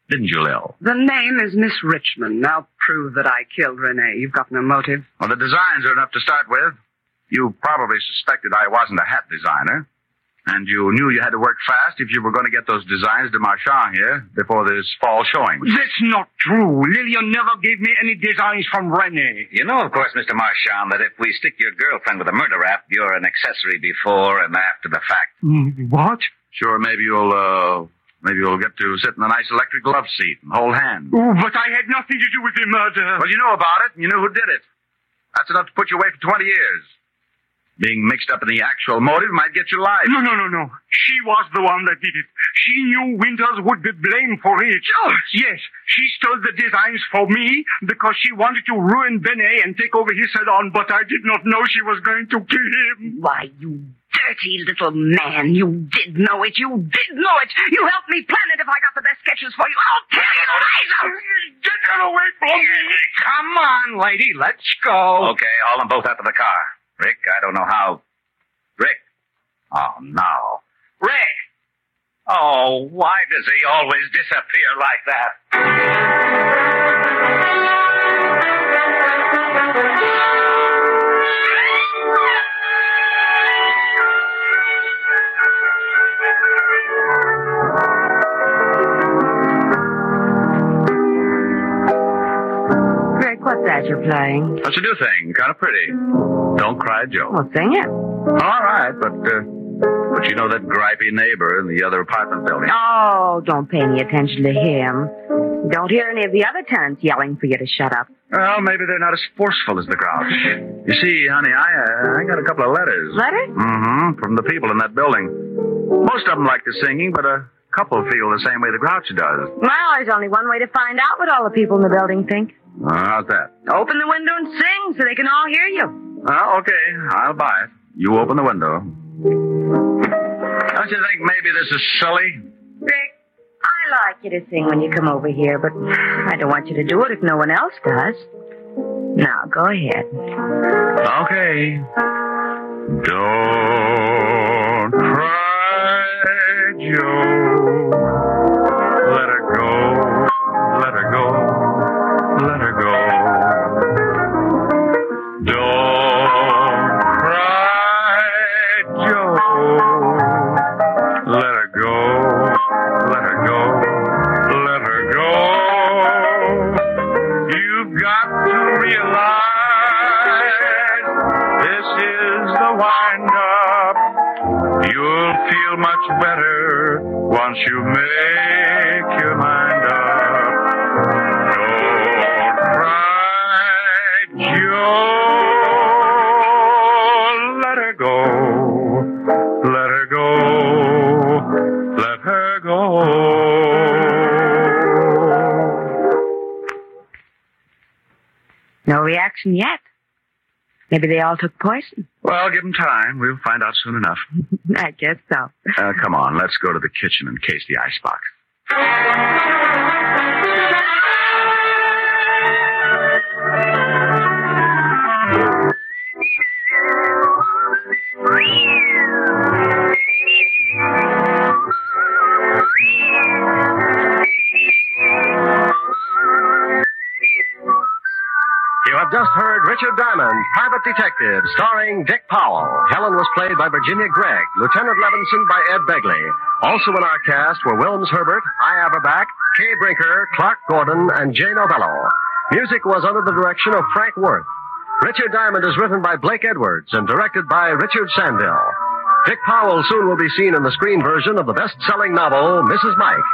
Speaker 4: Didn't you, Lil?
Speaker 7: The name is Miss Richmond. Now prove that I killed Renee. You've got no motive.
Speaker 4: Well, the designs are enough to start with. You probably suspected I wasn't a hat designer, and you knew you had to work fast if you were going to get those designs to Marchand here before this fall showing.
Speaker 8: That's not true. Lillian never gave me any designs from Renee.
Speaker 3: You know, of course, Mr. Marchand, that if we stick your girlfriend with a murder rap, you're an accessory before and after the fact.
Speaker 8: Mm, What?
Speaker 4: Sure, maybe you'll, uh, maybe you'll get to sit in a nice electric love seat and hold hands.
Speaker 8: Oh, but I had nothing to do with the murder.
Speaker 4: Well, you know about it, and you know who did it. That's enough to put you away for 20 years. Being mixed up in the actual motive might get you life.
Speaker 8: No, no, no, no. She was the one that did it. She knew Winters would be blamed for it.
Speaker 4: Oh.
Speaker 8: Yes, she stole the designs for me because she wanted to ruin Benet and take over his salon, but I did not know she was going to kill him.
Speaker 7: Why, you dirty little man. You did know it. You did know it. You helped me plan it if I got the best sketches for you. I'll tear your eyes out.
Speaker 8: Get that away from me!
Speaker 7: Come on, lady. Let's go.
Speaker 3: Okay, haul them both out to the car. Rick, I don't know how. Rick. Oh, no. Rick! Oh, why does he always disappear like that?
Speaker 5: Rick, what's that you're playing?
Speaker 4: That's a new thing, kind of pretty. Don't cry, Joe.
Speaker 5: Well, sing it.
Speaker 4: All right, but, uh, but you know that gripey neighbor in the other apartment building.
Speaker 5: Oh, don't pay any attention to him. Don't hear any of the other tons yelling for you to shut up.
Speaker 4: Well, maybe they're not as forceful as the crowd. You see, honey, I, uh, I got a couple of letters.
Speaker 5: Letter?
Speaker 4: Mm-hmm. From the people in that building. Most of them like the singing, but a couple feel the same way the Grouch does.
Speaker 5: Well, there's only one way to find out what all the people in the building think.
Speaker 4: Uh, how's that?
Speaker 5: Open the window and sing so they can all hear you.
Speaker 4: Well, Ah, okay, I'll buy it. You open the window. Don't you think maybe this is silly?
Speaker 5: Rick, I like you to sing when you come over here, but I don't want you to do it if no one else does. Now, go ahead.
Speaker 4: Okay. Don't cry, Joe. Let her go. Let her go. Let her go. Don't cry, Joe. Let her go. Let her go. Let her go. You've got to realize this is the wind up. You'll feel much better once you make your mind up. Don't cry, Joe. Let her go. Let her go.
Speaker 10: medicine yet. Maybe they all took poison.
Speaker 4: Well, give them time. We'll find out soon enough.
Speaker 10: I guess so.
Speaker 4: Uh, come on, let's go to the kitchen and case the icebox.
Speaker 11: You have just heard Richard Diamond, Private Detective, starring Dick Powell. Helen was played by Virginia Gregg, Lieutenant Levinson by Ed Begley. Also in our cast were Wilms Herbert, I Averback, Kay Brinker, Clark Gordon, and Jay Novello. Music was under the direction of Frank Worth. Richard Diamond is written by Blake Edwards and directed by Richard Sandell. Dick Powell soon will be seen in the screen version of the best-selling novel, Mrs. Mike.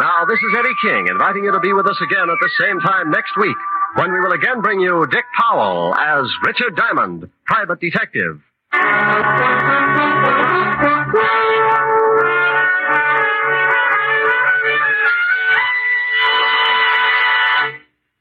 Speaker 11: Now, this is Eddie King inviting you to be with us again at the same time next week when we will again bring you Dick Powell as Richard Diamond, private detective.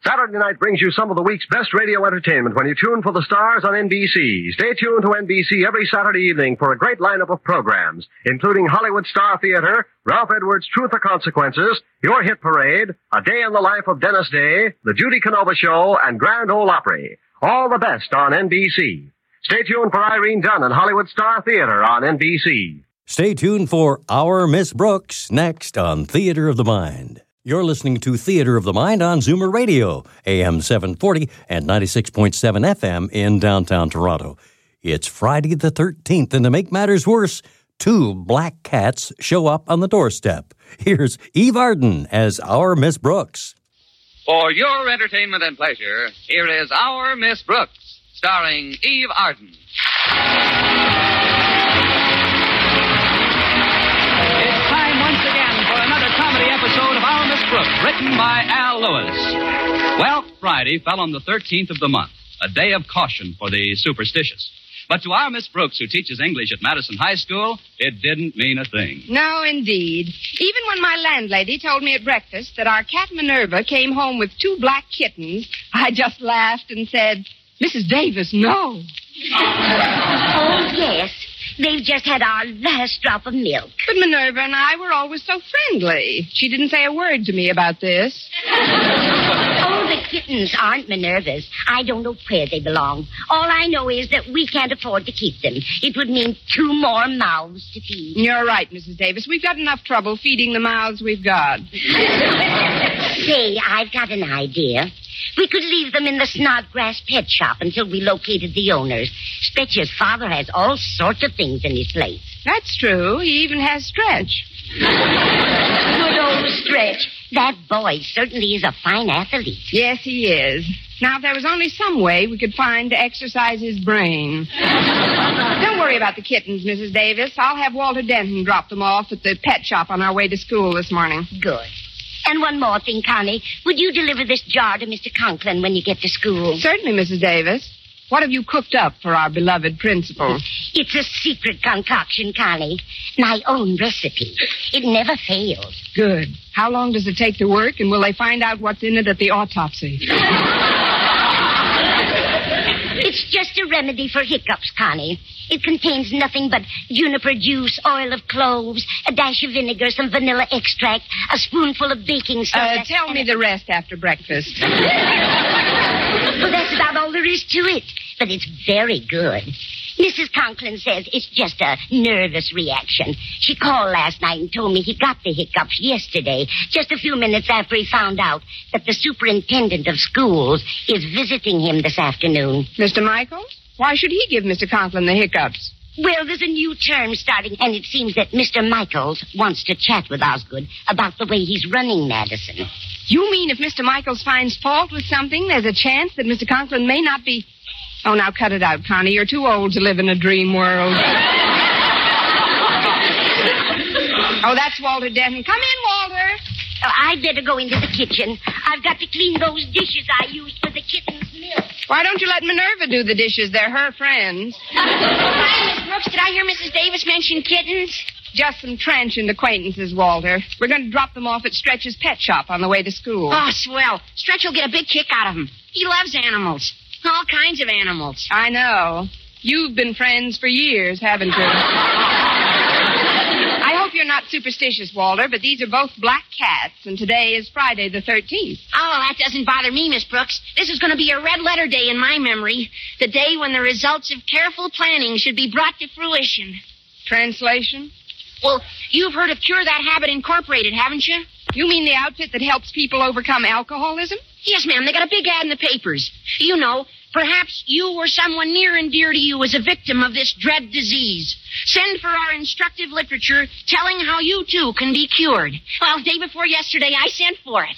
Speaker 11: Saturday night brings you some of the week's best radio entertainment when you tune for the stars on NBC. Stay tuned to NBC every Saturday evening for a great lineup of programs, including Hollywood Star Theater, Ralph Edwards' Truth or Consequences, Your Hit Parade, A Day in the Life of Dennis Day, The Judy Canova Show, and Grand Ole Opry. All the best on NBC. Stay tuned for Irene Dunn and Hollywood Star Theater on NBC.
Speaker 2: Stay tuned for Our Miss Brooks next on Theater of the Mind. You're listening to Theater of the Mind on Zoomer Radio, AM 740 and 96.7 FM in downtown Toronto. It's Friday the 13th, and to make matters worse, two black cats show up on the doorstep. Here's Eve Arden as our Miss Brooks.
Speaker 12: For your entertainment and pleasure, here is Our Miss Brooks, starring Eve Arden.
Speaker 13: It's time once again for another comedy episode of Our Miss Brooks, written by Al Lewis.
Speaker 12: Well, Friday fell on the 13th of the month, a day of caution for the superstitious. But to our Miss Brooks, who teaches English at Madison High School, it didn't mean a thing.
Speaker 14: No, indeed. Even when my landlady told me at breakfast that our cat Minerva came home with two black kittens, I just laughed and said, Mrs. Davis, no.
Speaker 15: Oh, yes. They've just had our last drop of milk.
Speaker 14: But Minerva and I were always so friendly. She didn't say a word to me about this.
Speaker 15: Oh, the kittens aren't Minerva's. I don't know where they belong. All I know is that we can't afford to keep them. It would mean two more mouths to feed.
Speaker 14: You're right, Mrs. Davis. We've got enough trouble feeding the mouths we've got.
Speaker 15: Say, I've got an idea. We could leave them in the Snodgrass pet shop until we located the owners. Stretcher's father has all sorts of things in his place.
Speaker 14: That's true. He even has Stretch.
Speaker 15: Good old Stretch. That boy certainly is a fine athlete.
Speaker 14: Yes, he is. Now, if there was only some way we could find to exercise his brain. Don't worry about the kittens, Mrs. Davis. I'll have Walter Denton drop them off at the pet shop on our way to school this morning.
Speaker 15: Good. And one more thing, Connie. Would you deliver this jar to Mr. Conklin when you get to school?
Speaker 14: Certainly, Mrs. Davis. What have you cooked up for our beloved principal?
Speaker 15: It's a secret concoction, Connie. My own recipe. It never fails.
Speaker 14: Good. How long does it take to work, and will they find out what's in it at the autopsy?
Speaker 15: It's just a remedy for hiccups, Connie. It contains nothing but juniper juice, oil of cloves, a dash of vinegar, some vanilla extract, a spoonful of baking soda.
Speaker 14: Uh, tell me the rest after breakfast.
Speaker 15: Well, that's about all there is to it. But it's very good. Mrs. Conklin says it's just a nervous reaction. She called last night and told me he got the hiccups yesterday, just a few minutes after he found out that the superintendent of schools is visiting him this afternoon.
Speaker 14: Mr. Michaels? Why should he give Mr. Conklin the hiccups?
Speaker 15: Well, there's a new term starting, and it seems that Mr. Michaels wants to chat with Osgood about the way he's running Madison.
Speaker 14: You mean if Mr. Michaels finds fault with something, there's a chance that Mr. Conklin may not be. Oh, now cut it out, Connie. You're too old to live in a dream world. oh, that's Walter Denton. Come in, Walter.
Speaker 15: Uh, I'd better go into the kitchen. I've got to clean those dishes I used for the kitten's milk.
Speaker 14: Why don't you let Minerva do the dishes? They're her friends.
Speaker 16: Hi, Miss Brooks. Did I hear Mrs. Davis mention kittens?
Speaker 14: Just some transient acquaintances, Walter. We're going to drop them off at Stretch's pet shop on the way to school.
Speaker 16: Oh, swell. Stretch will get a big kick out of him. He loves animals.
Speaker 14: All kinds of animals. I know. You've been friends for years, haven't you? I hope you're not superstitious, Walter, but these are both black cats, and today is Friday the 13th.
Speaker 16: Oh, that doesn't bother me, Miss Brooks. This is going to be a red letter day in my memory. The day when the results of careful planning should be brought to fruition.
Speaker 14: Translation?
Speaker 16: Well, you've heard of Cure That Habit Incorporated, haven't you?
Speaker 14: You mean the outfit that helps people overcome alcoholism?
Speaker 16: Yes, ma'am. They got a big ad in the papers. You know, perhaps you or someone near and dear to you is a victim of this dread disease. Send for our instructive literature telling how you too can be cured. Well, day before yesterday, I sent for it.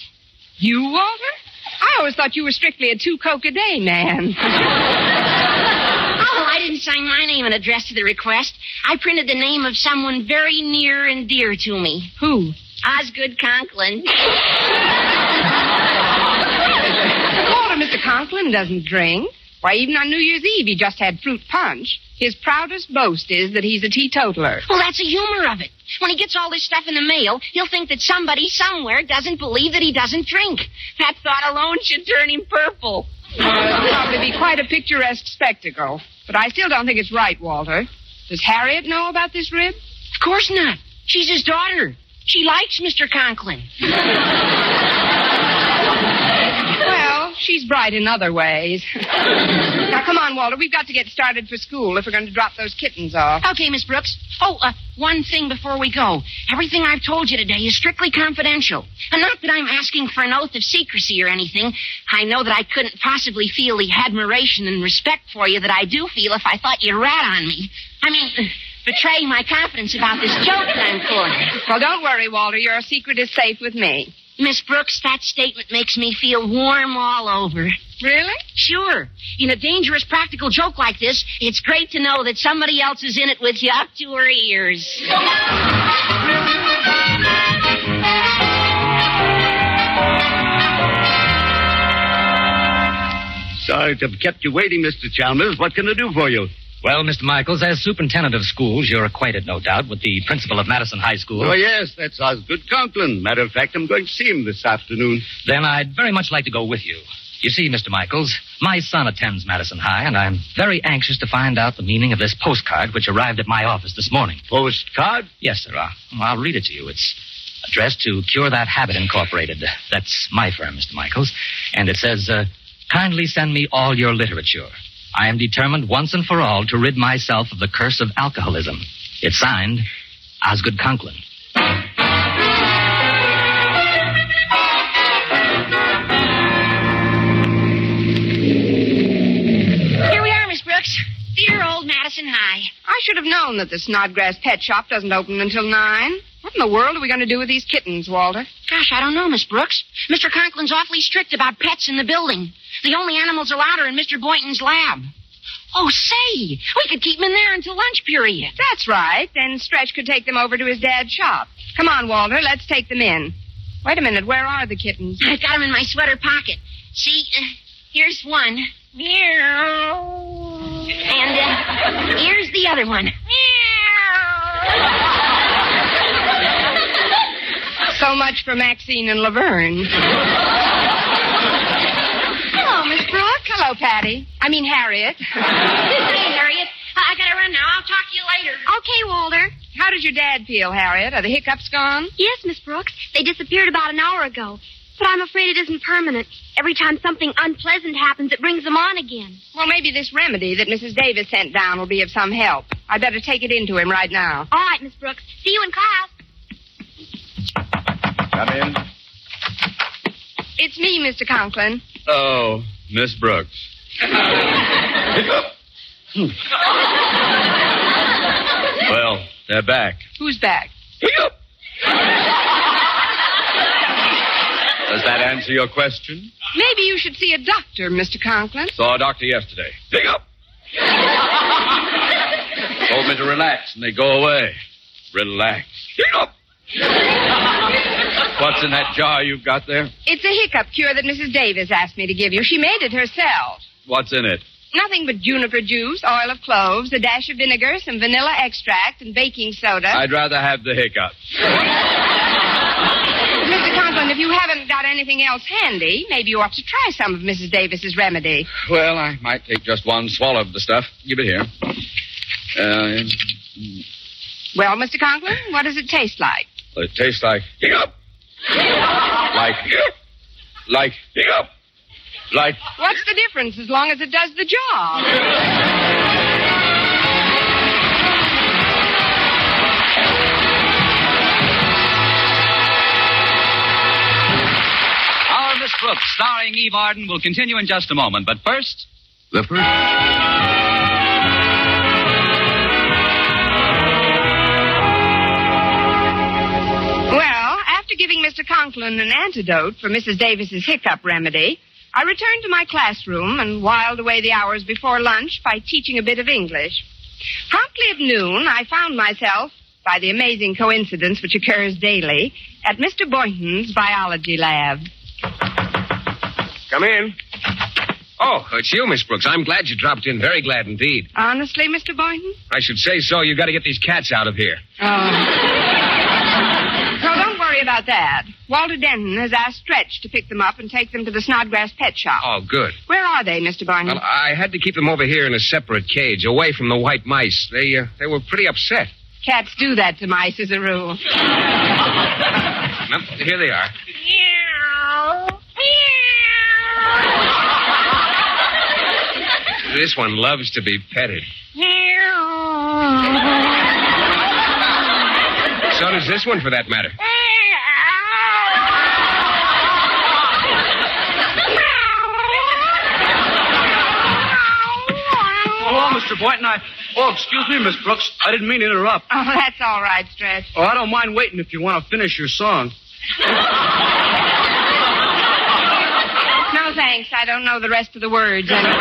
Speaker 14: You, Walter? I always thought you were strictly a two coke a day man.
Speaker 16: Oh, I didn't sign my name and address to the request. I printed the name of someone very near and dear to me.
Speaker 14: Who?
Speaker 16: Osgood Conklin.
Speaker 14: Walter, Mr. Conklin doesn't drink. Why, even on New Year's Eve, he just had fruit punch. His proudest boast is that he's a teetotaler.
Speaker 16: Well, that's the humor of it. When he gets all this stuff in the mail, he'll think that somebody somewhere doesn't believe that he doesn't drink. That thought alone should turn him purple.
Speaker 14: It'll probably be quite a picturesque spectacle. But I still don't think it's right, Walter. Does Harriet know about this rib?
Speaker 16: Of course not. She's his daughter. She likes Mr. Conklin.
Speaker 14: Well, she's bright in other ways. now, come on, Walter. We've got to get started for school if we're going to drop those kittens off.
Speaker 16: Okay, Miss Brooks. Oh, uh, one thing before we go. Everything I've told you today is strictly confidential. And not that I'm asking for an oath of secrecy or anything. I know that I couldn't possibly feel the admiration and respect for you that I do feel if I thought you rat on me. I mean, betraying my confidence about this joke that I'm pulling.
Speaker 14: Well, don't worry, Walter. Your secret is safe with me.
Speaker 16: Miss Brooks, that statement makes me feel warm all over.
Speaker 14: Really?
Speaker 16: Sure. In a dangerous practical joke like this, it's great to know that somebody else is in it with you up to her ears.
Speaker 17: Sorry to have kept you waiting, Mr. Chalmers. What can I do for you?
Speaker 9: Well, Mr. Michaels, as superintendent of schools, you're acquainted, no doubt, with the principal of Madison High School.
Speaker 17: Oh, yes, that's Osgood Conklin. Matter of fact, I'm going to see him this afternoon.
Speaker 9: Then I'd very much like to go with you. You see, Mr. Michaels, my son attends Madison High, and I'm very anxious to find out the meaning of this postcard which arrived at my office this morning.
Speaker 17: Postcard?
Speaker 9: Yes, sir. I'll, I'll read it to you. It's addressed to Cure That Habit Incorporated. That's my firm, Mr. Michaels. And it says, uh, kindly send me all your literature. I am determined once and for all to rid myself of the curse of alcoholism. It's signed Osgood Conklin.
Speaker 16: Here we are, Miss Brooks. Dear old Madison High.
Speaker 14: I should have known that the Snodgrass Pet Shop doesn't open until nine. What in the world are we going to do with these kittens, Walter?
Speaker 16: Gosh, I don't know, Miss Brooks. Mr. Conklin's awfully strict about pets in the building. The only animals allowed are in Mr. Boynton's lab. Oh, say, we could keep them in there until lunch period.
Speaker 14: That's right. Then Stretch could take them over to his dad's shop. Come on, Walter. Let's take them in. Wait a minute. Where are the kittens?
Speaker 16: I've got them in my sweater pocket. See, uh, here's one. Meow. And uh, here's the other one.
Speaker 14: So much for Maxine and Laverne. Hello, Miss Brooke. Hello, Patty. I mean, Harriet.
Speaker 16: hey, Harriet. I-, I gotta run now. I'll talk to you later.
Speaker 18: Okay, Walter.
Speaker 14: How does your dad feel, Harriet? Are the hiccups gone?
Speaker 18: Yes, Miss Brooks. They disappeared about an hour ago. But I'm afraid it isn't permanent. Every time something unpleasant happens, it brings them on again.
Speaker 14: Well, maybe this remedy that Mrs. Davis sent down will be of some help. I'd better take it into him right now.
Speaker 18: All right, Miss Brooks. See you in class.
Speaker 19: Come in.
Speaker 14: It's me, Mr. Conklin.
Speaker 19: Oh, Miss Brooks. well, they're back.
Speaker 14: Who's back?
Speaker 19: Does that answer your question?
Speaker 14: Maybe you should see a doctor, Mr. Conklin.
Speaker 19: Saw a doctor yesterday. Pick up. Told me to relax, and they go away. Relax. Pick up. What's in that jar you've got there?
Speaker 14: It's a hiccup cure that Mrs. Davis asked me to give you. She made it herself.
Speaker 19: What's in it?
Speaker 14: Nothing but juniper juice, oil of cloves, a dash of vinegar, some vanilla
Speaker 19: Eh?
Speaker 14: extract, and baking soda.
Speaker 19: I'd rather have the hiccup.
Speaker 14: Mr. Conklin, and if you haven't got anything else handy, maybe you ought to try some of Mrs. Davis's remedy.
Speaker 19: Well, I might take just one swallow of the stuff. Give it here. Uh,
Speaker 14: Well, Mr. Conklin, what does it taste like?
Speaker 19: it tastes like hiccup. Like like hiccup. Like
Speaker 14: What's the difference as long as it does the job?
Speaker 12: Our Miss Brooks, starring Eve Arden, will continue in just a moment. But first,
Speaker 17: The first.
Speaker 14: Well, after giving Mr. Conklin an antidote for Mrs. Davis's hiccup remedy, I returned to my classroom and whiled away the hours before lunch by teaching a bit of English. Promptly at noon, I found myself, by the amazing coincidence which occurs daily, at Mr. Boynton's biology lab.
Speaker 20: Come in. Oh, it's you, Miss Brooks. I'm glad you dropped in. Very glad indeed.
Speaker 14: Honestly, Mr. Boynton?
Speaker 20: I should say so. You've got to get these cats out of here.
Speaker 14: No, don't worry about that. Walter Denton has asked Stretch to pick them up and take them to the Snodgrass Pet Shop.
Speaker 20: Oh, good.
Speaker 14: Where are they, Mr. Boynton?
Speaker 20: Well, I had to keep them over here in a separate cage, away from the white mice. They uh, they were pretty upset.
Speaker 14: Cats do that to mice as a rule.
Speaker 20: Nope, here they are. This one loves to be petted. So does this one, for that matter.
Speaker 21: Oh, Hello, Mr. Boynton. I. Oh, excuse me, Miss Brooks. I didn't mean to interrupt.
Speaker 14: Oh, that's all right, Stretch.
Speaker 21: Oh, I don't mind waiting if you want to finish your song.
Speaker 14: No thanks. I don't know the rest of the words. anyway.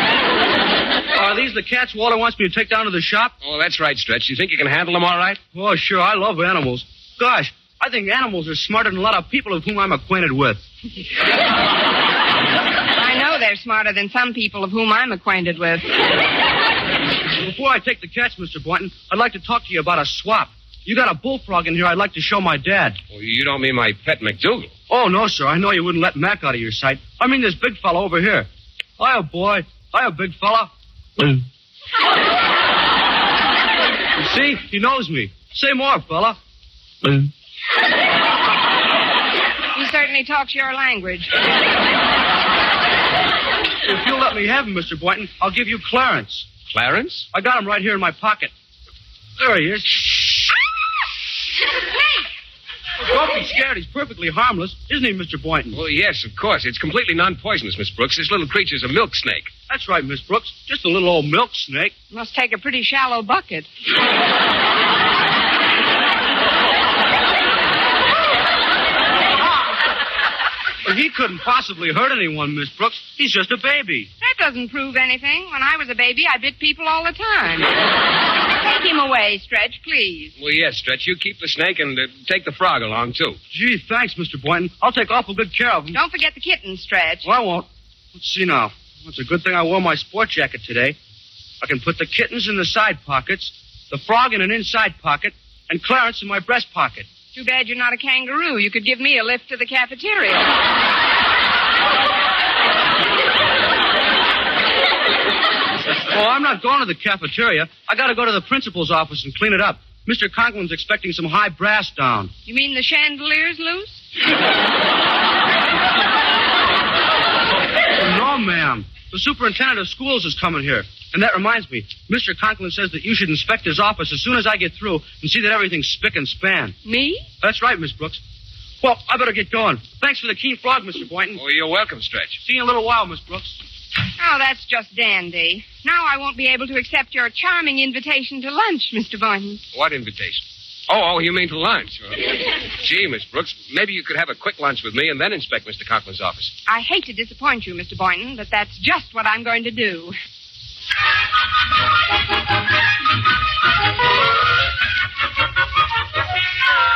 Speaker 21: Oh, Are these the cats Walter wants me to take down to the shop?
Speaker 20: Oh, that's right, Stretch. You think you can handle them all right?
Speaker 21: Oh, sure. I love animals. Gosh, I think animals are smarter than a lot of people of whom I'm acquainted with.
Speaker 14: I know they're smarter than some people of whom I'm acquainted with.
Speaker 21: Before I take the cats, Mr. Boynton, I'd like to talk to you about a swap. You got a bullfrog in here I'd like to show my dad.
Speaker 20: Well, you don't mean my pet McDougal.
Speaker 21: Oh, no, sir. I know you wouldn't let Mac out of your sight. I mean this big fella over here. Hiya, boy. Hiya, big fella. you see? He knows me. Say more, fella.
Speaker 14: He certainly talks your language.
Speaker 21: If you'll let me have him, Mr. Boynton, I'll give you Clarence.
Speaker 20: Clarence?
Speaker 21: I got him right here in my pocket. There he is. Don't be scared. He's perfectly harmless, isn't he, Mr. Boynton?
Speaker 20: Well, yes, of course. It's completely non poisonous, Miss Brooks. This little creature's a milk snake.
Speaker 21: That's right, Miss Brooks. Just a little old milk snake.
Speaker 14: Must take a pretty shallow bucket.
Speaker 21: But he couldn't possibly hurt anyone, Miss Brooks. He's just a baby.
Speaker 14: That doesn't prove anything. When I was a baby, I bit people all the time. Take him away, Stretch, please.
Speaker 20: Well, yes, Stretch. You keep the snake and uh, take the frog along, too.
Speaker 21: Gee, thanks, Mr. Boynton. I'll take awful good care of him.
Speaker 14: Don't forget the kitten, Stretch.
Speaker 21: Well, I won't. Let's see now. Well, It's a good thing I wore my sport jacket today. I can put the kittens in the side pockets, the frog in an inside pocket, and Clarence in my breast pocket.
Speaker 14: Too bad you're not a kangaroo. You could give me a lift to the cafeteria.
Speaker 21: Oh, I'm not going to the cafeteria. I gotta go to the principal's office and clean it up. Mr. Conklin's expecting some high brass down.
Speaker 14: You mean the chandelier's loose?
Speaker 21: Oh, No, ma'am. The superintendent of schools is coming here. And that reminds me, Mr. Conklin says that you should inspect his office as soon as I get through and see that everything's spick and span.
Speaker 14: Me?
Speaker 21: That's right, Miss Brooks. Well, I better get going. Thanks for the keen frog, Mr. Boynton.
Speaker 20: Oh, you're welcome, Stretch.
Speaker 21: See you in a little while, Miss Brooks.
Speaker 14: Oh, that's just dandy. Now I won't be able to accept your charming invitation to lunch, Mr. Boynton.
Speaker 20: What invitation? Oh, oh, you mean to lunch? Oh. Gee, Miss Brooks, maybe you could have a quick lunch with me and then inspect Mr. Conklin's office.
Speaker 14: I hate to disappoint you, Mr. Boynton, but that's just what I'm going to do.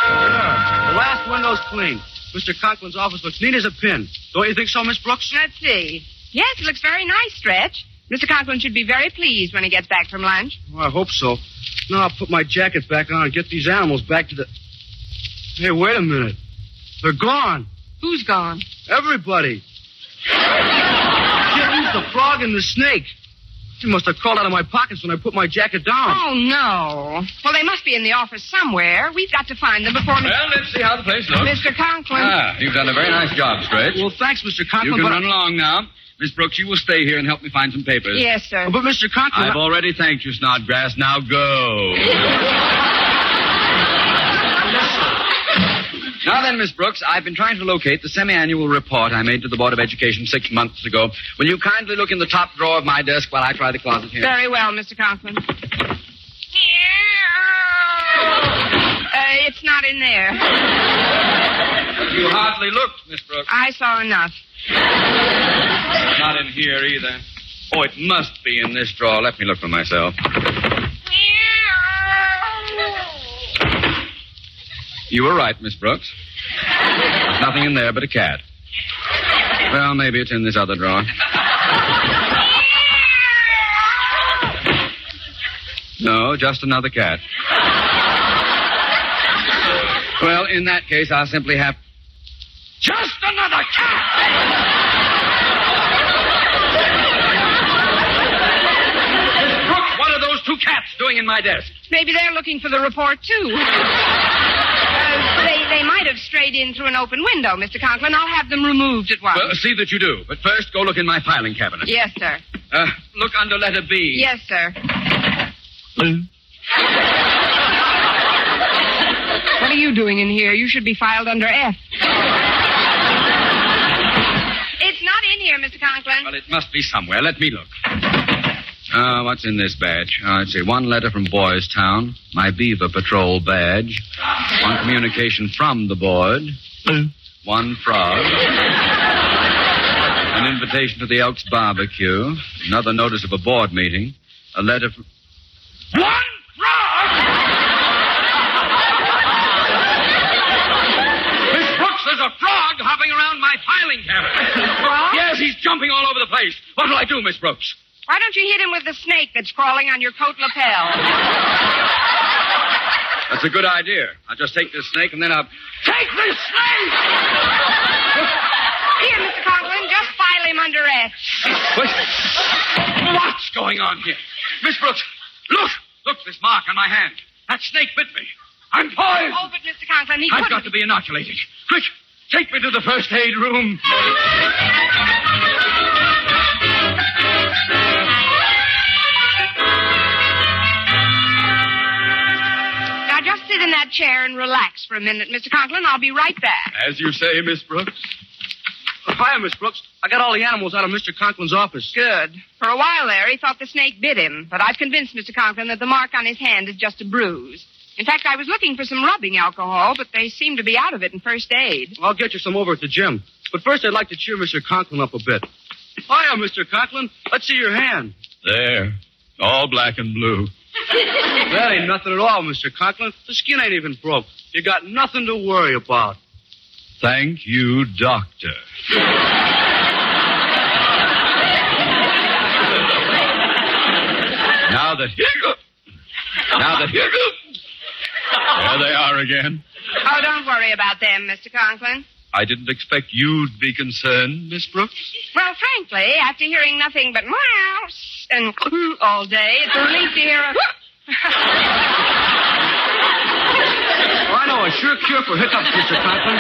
Speaker 21: The last window's clean. Mr. Conklin's office looks neat as a pin. Don't you think so, Miss Brooks?
Speaker 14: Let's see. Yes, it looks very nice, Stretch. Mr. Conklin should be very pleased when he gets back from lunch.
Speaker 21: Oh, I hope so. Now I'll put my jacket back on and get these animals back to the. Hey, wait a minute. They're gone.
Speaker 14: Who's gone?
Speaker 21: Everybody. Kittens, the frog, and the snake. She must have crawled out of my pockets when I put my jacket down.
Speaker 14: Oh, no. Well, they must be in the office somewhere. We've got to find them before...
Speaker 19: Well, let's see how the place looks.
Speaker 14: Mr. Conklin.
Speaker 19: Ah, you've done a very nice job, Stretch.
Speaker 21: Well, thanks, Mr.
Speaker 19: You
Speaker 21: Conklin,
Speaker 19: can
Speaker 21: but-
Speaker 19: run along now. Miss Brooks, you will stay here and help me find some papers. Oh,
Speaker 14: Yes, sir.
Speaker 21: but, Mr. Conklin...
Speaker 19: I've already thanked you, Snodgrass. Now go. now then, Miss Brooks, I've been trying to locate the semi-annual report I made to the Board of Education six months ago. Will you kindly look in the top drawer of my desk while I try the closet here?
Speaker 14: Very well, Mr. Conklin. Uh, it's not in there.
Speaker 19: You hardly looked, Miss Brooks.
Speaker 14: I saw enough.
Speaker 19: It's Not in here either. Oh, it must be in this drawer. Let me look for myself. You were right, Miss Brooks. There's nothing in there but a cat. Well, maybe it's in this other drawer. No, just another cat. Well, in that case, I'll simply have. Just another
Speaker 13: cat!
Speaker 19: Miss Brooks, what are those two cats doing in my desk?
Speaker 14: Maybe they're looking for the report, too. Uh, they, they might have strayed in through an open window, Mr. Conklin. I'll have them removed at once.
Speaker 19: Well, see that you do. But first, go look in my filing cabinet.
Speaker 14: yes, sir.
Speaker 19: Uh, look under letter B.
Speaker 14: Yes, sir. What are you doing in here? You should be filed under F. it's not in here, Mr. Conklin.
Speaker 19: Well, it must be somewhere. Let me look. Uh, what's in this badge? Uh, let's see. One letter from Boys Town, my Beaver Patrol badge, one communication from the board, one frog, an invitation to the Elks barbecue, another notice of a board meeting, a letter from. Miss Brooks, there's a frog hopping around my filing cabinet.
Speaker 14: Frog?
Speaker 19: Yes, he's jumping all over the place. What'll I do, Miss Brooks?
Speaker 14: Why don't you hit him with the snake that's crawling on your coat lapel?
Speaker 19: That's a good idea. I'll just take this snake and then I'll.
Speaker 13: Take this
Speaker 14: Here, Mr. Conklin, just file him under F.
Speaker 19: What's going on here? Miss Brooks, look! Look, this mark on my hand. That snake bit me. I'm poisoned.
Speaker 14: Oh, but Mr. Conklin, he
Speaker 19: I've
Speaker 14: couldn't.
Speaker 19: got to be inoculated. Quick, take me to the first aid room.
Speaker 14: Now, just sit in that chair and relax for a minute, Mr. Conklin. I'll be right back.
Speaker 19: As you say, Miss Brooks.
Speaker 21: Hiya, Uh, Miss Brooks. I got all the animals out of Mr. Conklin's office.
Speaker 14: Good. For a while there, he thought the snake bit him, but I've convinced Mr. Conklin that the mark on his hand is just a bruise. In fact, I was looking for some rubbing alcohol, but they seem to be out of it in first aid.
Speaker 21: I'll get you some over at the gym. But first, I'd like to cheer Mr. Conklin up a bit. Hiya, Mr. Conklin. Let's see your hand.
Speaker 19: There. All black and blue.
Speaker 21: That ain't nothing at all, Mr. Conklin. The skin ain't even broke. You got nothing to worry about.
Speaker 19: Thank you, Doctor. now that. Now that. There they are again.
Speaker 14: Oh, don't worry about them, Mr. Conklin.
Speaker 19: I didn't expect you'd be concerned, Miss Brooks.
Speaker 14: Well, frankly, after hearing nothing but mouse and all day, it's a relief to hear a.
Speaker 21: Well, I know a sure cure for hiccups, Mr. Conklin.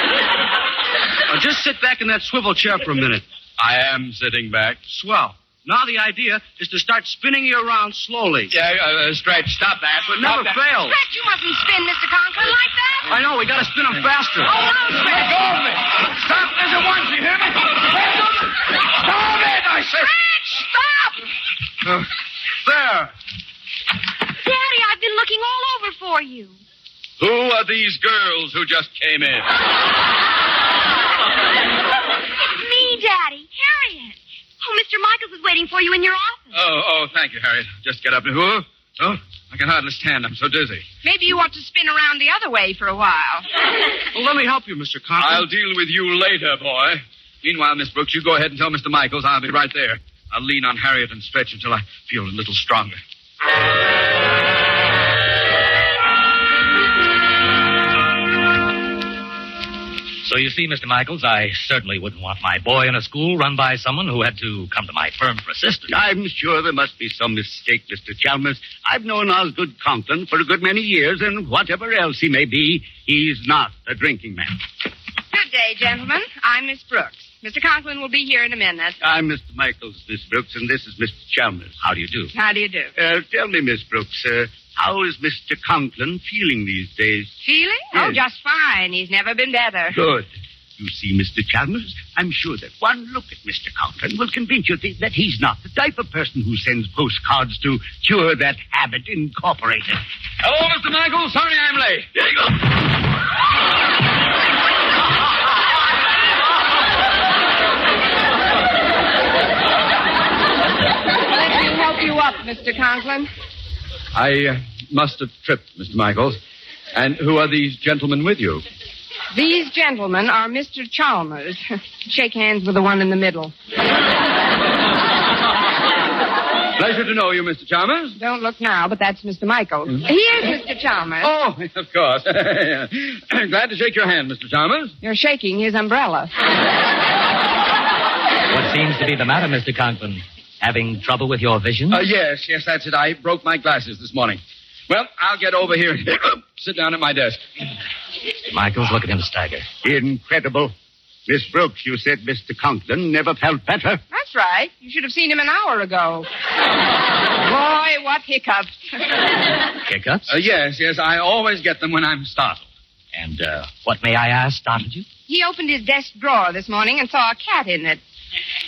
Speaker 21: Now, just sit back in that swivel chair for a minute.
Speaker 19: I am sitting back.
Speaker 21: Swell. Now the idea is to start spinning you around slowly.
Speaker 19: Yeah, uh, Stretch, stop that.
Speaker 21: But never fails.
Speaker 14: Stretch, you mustn't spin, Mr. Conklin, like that.
Speaker 21: I know, we gotta spin them faster.
Speaker 14: Let
Speaker 13: go of me! Stop this at once, you hear me? Let go of me! Stop it, I said!
Speaker 14: Stop!
Speaker 21: Uh, there.
Speaker 18: Daddy, I've been looking all over for you.
Speaker 19: Who are these girls who just came in?
Speaker 18: It's me, Daddy. Harriet. Oh, Mr. Michaels is waiting for you in your office.
Speaker 19: Oh, oh, thank you, Harriet. Just get up. Who? Oh, I can hardly stand. I'm so dizzy.
Speaker 14: Maybe you ought to spin around the other way for a while.
Speaker 21: Well, let me help you, Mr. Conklin.
Speaker 19: I'll deal with you later, boy. Meanwhile, Miss Brooks, you go ahead and tell Mr. Michaels I'll be right there. I'll lean on Harriet and stretch until I feel a little stronger.
Speaker 9: So you see, Mr. Michaels, I certainly wouldn't want my boy in a school run by someone who had to come to my firm for assistance.
Speaker 17: I'm sure there must be some mistake, Mr. Chalmers. I've known Osgood Conklin for a good many years, and whatever else he may be, he's not a drinking man.
Speaker 14: Good day, gentlemen. I'm Miss Brooks. Mr. Conklin will be here in a minute.
Speaker 17: I'm Mr. Michaels, Miss Brooks, and this is Mr. Chalmers. How do you do?
Speaker 14: How do you do?
Speaker 17: Uh, tell me, Miss Brooks, uh, how is Mr. Conklin feeling these days?
Speaker 14: Feeling? Oh, just fine. He's never been better.
Speaker 17: Good. You see, Mr. Chalmers, I'm sure that one look at Mr. Conklin will convince you th- that he's not the type of person who sends postcards to cure that habit incorporated.
Speaker 4: Hello, Mr. Michael. Sorry I'm late. There you go.
Speaker 14: Let me help you up, Mr. Conklin.
Speaker 19: I uh, must have tripped, Mr. Michaels. And who are these gentlemen with you?
Speaker 14: These gentlemen are Mr. Chalmers. Shake hands with the one in the middle.
Speaker 19: Pleasure to know you, Mr. Chalmers.
Speaker 14: Don't look now, but that's Mr. Michaels. Here's Mr. Chalmers.
Speaker 19: Oh, of course. Glad to shake your hand, Mr. Chalmers.
Speaker 14: You're shaking his umbrella.
Speaker 9: What seems to be the matter, Mr. Conklin? Having trouble with your vision?
Speaker 19: Uh, yes, yes, that's it. I broke my glasses this morning. Well, I'll get over here and sit down at my desk.
Speaker 9: Michaels, look at him stagger.
Speaker 17: Incredible. Miss Brooks, you said Mr. Conklin never felt better.
Speaker 14: That's right. You should have seen him an hour ago. Boy, what hiccups.
Speaker 9: Hiccups?
Speaker 19: Uh, yes, yes, I always get them when I'm startled.
Speaker 9: And uh, what, may I ask, startled you?
Speaker 14: he opened his desk drawer this morning and saw a cat in it.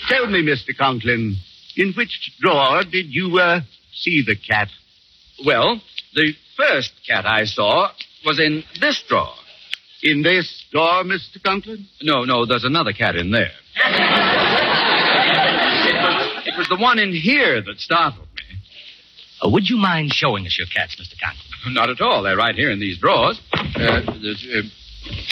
Speaker 17: Tell me, Mr. Conklin, in which drawer did you uh, see the cat?
Speaker 19: Well, the first cat I saw was in this drawer.
Speaker 17: In this drawer, Mr. Conklin?
Speaker 19: No, no, there's another cat in there. It was the one in here that startled
Speaker 9: Uh, would you mind showing us your cats, Mr.
Speaker 19: me.
Speaker 9: Conklin?
Speaker 19: Not at all. They're right here in these drawers. Uh, there's, uh,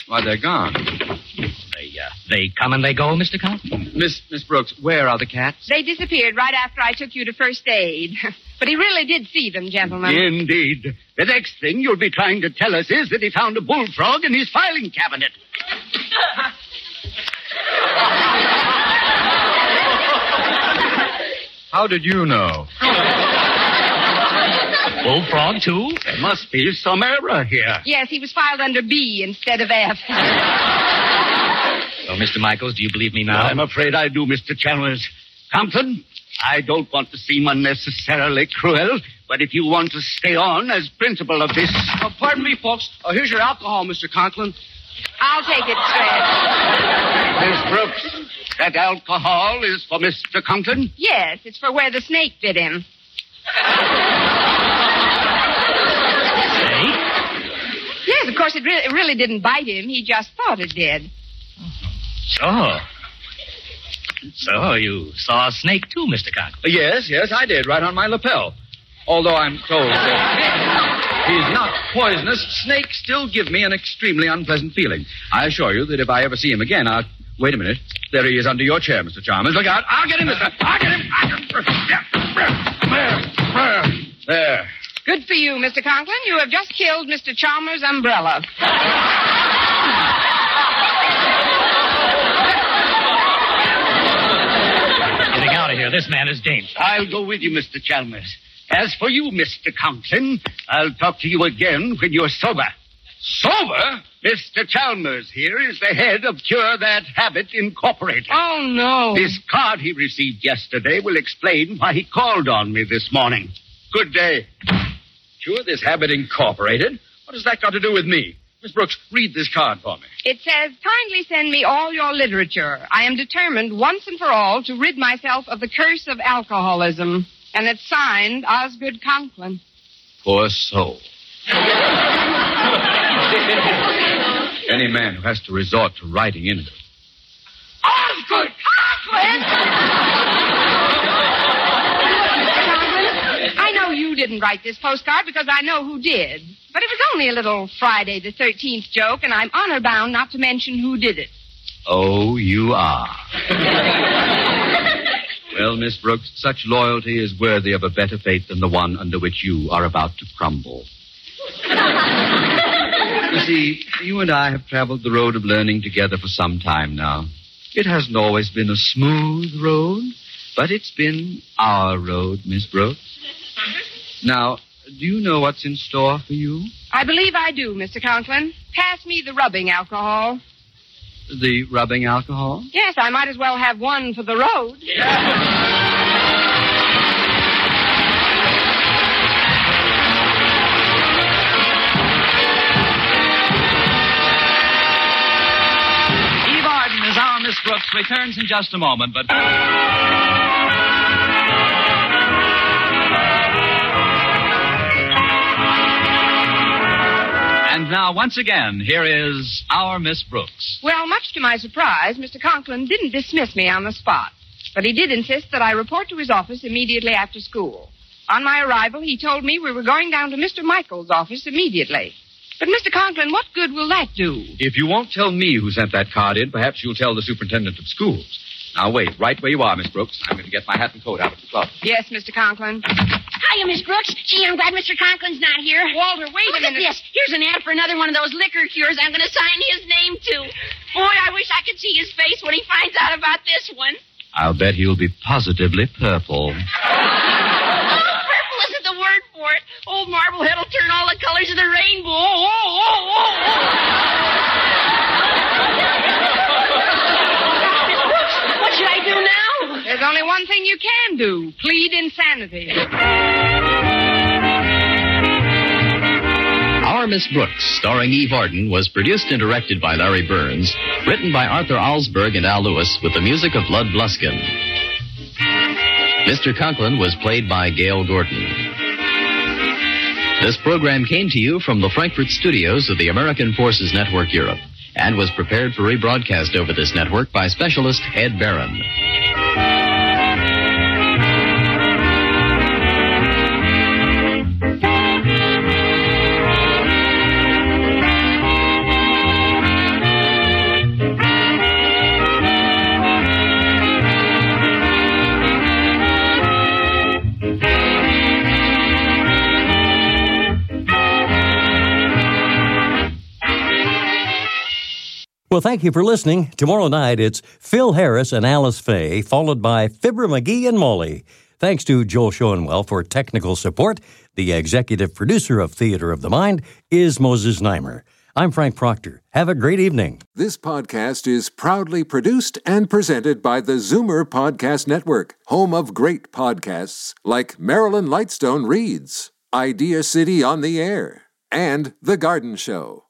Speaker 19: why, they're gone.
Speaker 9: They, uh, they come and they go, Mr. Conklin?
Speaker 19: Miss, Miss Brooks, where are the cats?
Speaker 14: They disappeared right after I took you to first aid. But he really did see them, gentlemen.
Speaker 17: Indeed. The next thing you'll be trying to tell us is that he found a bullfrog in his filing cabinet.
Speaker 19: How did you know?
Speaker 9: Bullfrog, too?
Speaker 17: There must be some error here.
Speaker 14: Yes, he was filed under B instead of F.
Speaker 9: Well, Mr. Michaels, do you believe me now?
Speaker 17: I'm afraid I do, Mr. Chalmers. Compton, I don't want to seem unnecessarily cruel, but if you want to stay on as principal of this.
Speaker 21: Uh, pardon me, folks. Uh, here's your alcohol, Mr. Conklin.
Speaker 14: I'll take it, Fred.
Speaker 17: Miss Brooks, that alcohol is for Mr. Compton.
Speaker 14: Yes, it's for where the snake bit him. Yes, of course, it, re- it really didn't bite him. He just thought it did.
Speaker 9: So. So you saw a snake, too, Mr. Conklin?
Speaker 19: Uh, Yes, yes, I did, right on my lapel. Although I'm told that he's not poisonous, snakes still give me an extremely unpleasant feeling. I assure you that if I ever see him again, I'll. Wait a minute. There he is under your chair, Mr. Chalmers. Look out. I'll get him this time. I'll get him. I'll get him. There. There.
Speaker 14: Good for you, Mr. Conklin. You have just killed Mr. Chalmers' umbrella.
Speaker 9: Getting out of here. This man is dangerous.
Speaker 17: I'll go with you, Mr. Chalmers. As for you, Mr. Compton, I'll talk to you again when you're sober. Sober? Mr. Chalmers here is the head of Cure That Habit Incorporated.
Speaker 14: Oh, no.
Speaker 17: This card he received yesterday will explain why he called on me this morning. Good day.
Speaker 19: Cure this habit incorporated? What has that got to do with me? Miss Brooks, read this card for me.
Speaker 14: It says, kindly send me all your literature. I am determined once and for all to rid myself of the curse of alcoholism. And it's signed Osgood Conklin.
Speaker 19: Poor soul. Any man who has to resort to writing in it.
Speaker 14: Osgood Conklin! Conklin, I know you didn't write this postcard because I know who did. But it was only a little Friday the 13th joke, and I'm honor bound not to mention who did it.
Speaker 19: Oh, you are. well, Miss Brooks, such loyalty is worthy of a better fate than the one under which you are about to crumble. You see, you and I have traveled the road of learning together for some time now. It hasn't always been a smooth road, but it's been our road, Miss Brooks. Now, do you know what's in store for you?
Speaker 14: I believe I do, Mr. Conklin. Pass me the rubbing alcohol.
Speaker 19: The rubbing alcohol?
Speaker 14: Yes, I might as well have one for the road.
Speaker 22: Eve Arden as our Miss Brooks returns in just a moment, but. And now, once again, here is our Miss Brooks.
Speaker 14: Well, much to my surprise, Mr. Conklin didn't dismiss me on the spot, but he did insist that I report to his office immediately after school. On my arrival, he told me we were going down to Mr. Michael's office immediately. But, Mr. Conklin, what good will that do?
Speaker 19: If you won't tell me who sent that card in, perhaps you'll tell the superintendent of schools. Now, wait, right where you are, Miss Brooks. I'm going to get my hat and coat out of the closet.
Speaker 14: Yes, Mr. Conklin.
Speaker 16: Hiya, Miss Brooks. Gee, I'm glad Mr. Conklin's not here.
Speaker 14: Walter, wait
Speaker 16: Look
Speaker 14: a minute.
Speaker 16: At this. Here's an ad for another one of those liquor cures I'm going to sign his name to. Boy, I wish I could see his face when he finds out about this one.
Speaker 19: I'll bet he'll be positively purple.
Speaker 16: oh, purple isn't the word for it. Old Marblehead will turn all the colors of the rainbow. Oh, oh, oh, oh, oh. Miss Brooks, what should I do now?
Speaker 14: There's only one thing you can do plead insanity.
Speaker 23: Our Miss Brooks, starring Eve Arden, was produced and directed by Larry Burns, written by Arthur Alsberg and Al Lewis, with the music of Lud Bluskin. Mr. Conklin was played by Gail Gordon. This program came to you from the Frankfurt studios of the American Forces Network Europe and was prepared for rebroadcast over this network by specialist Ed Barron.
Speaker 2: Well, thank you for listening. Tomorrow night it's Phil Harris and Alice Faye, followed by Fibber McGee and Molly. Thanks to Joel Schoenwell for technical support. The executive producer of Theater of the Mind is Moses Neimer. I'm Frank Proctor. Have a great evening.
Speaker 24: This podcast is proudly produced and presented by the Zoomer Podcast Network, home of great podcasts like Marilyn Lightstone Reads, Idea City on the Air, and The Garden Show.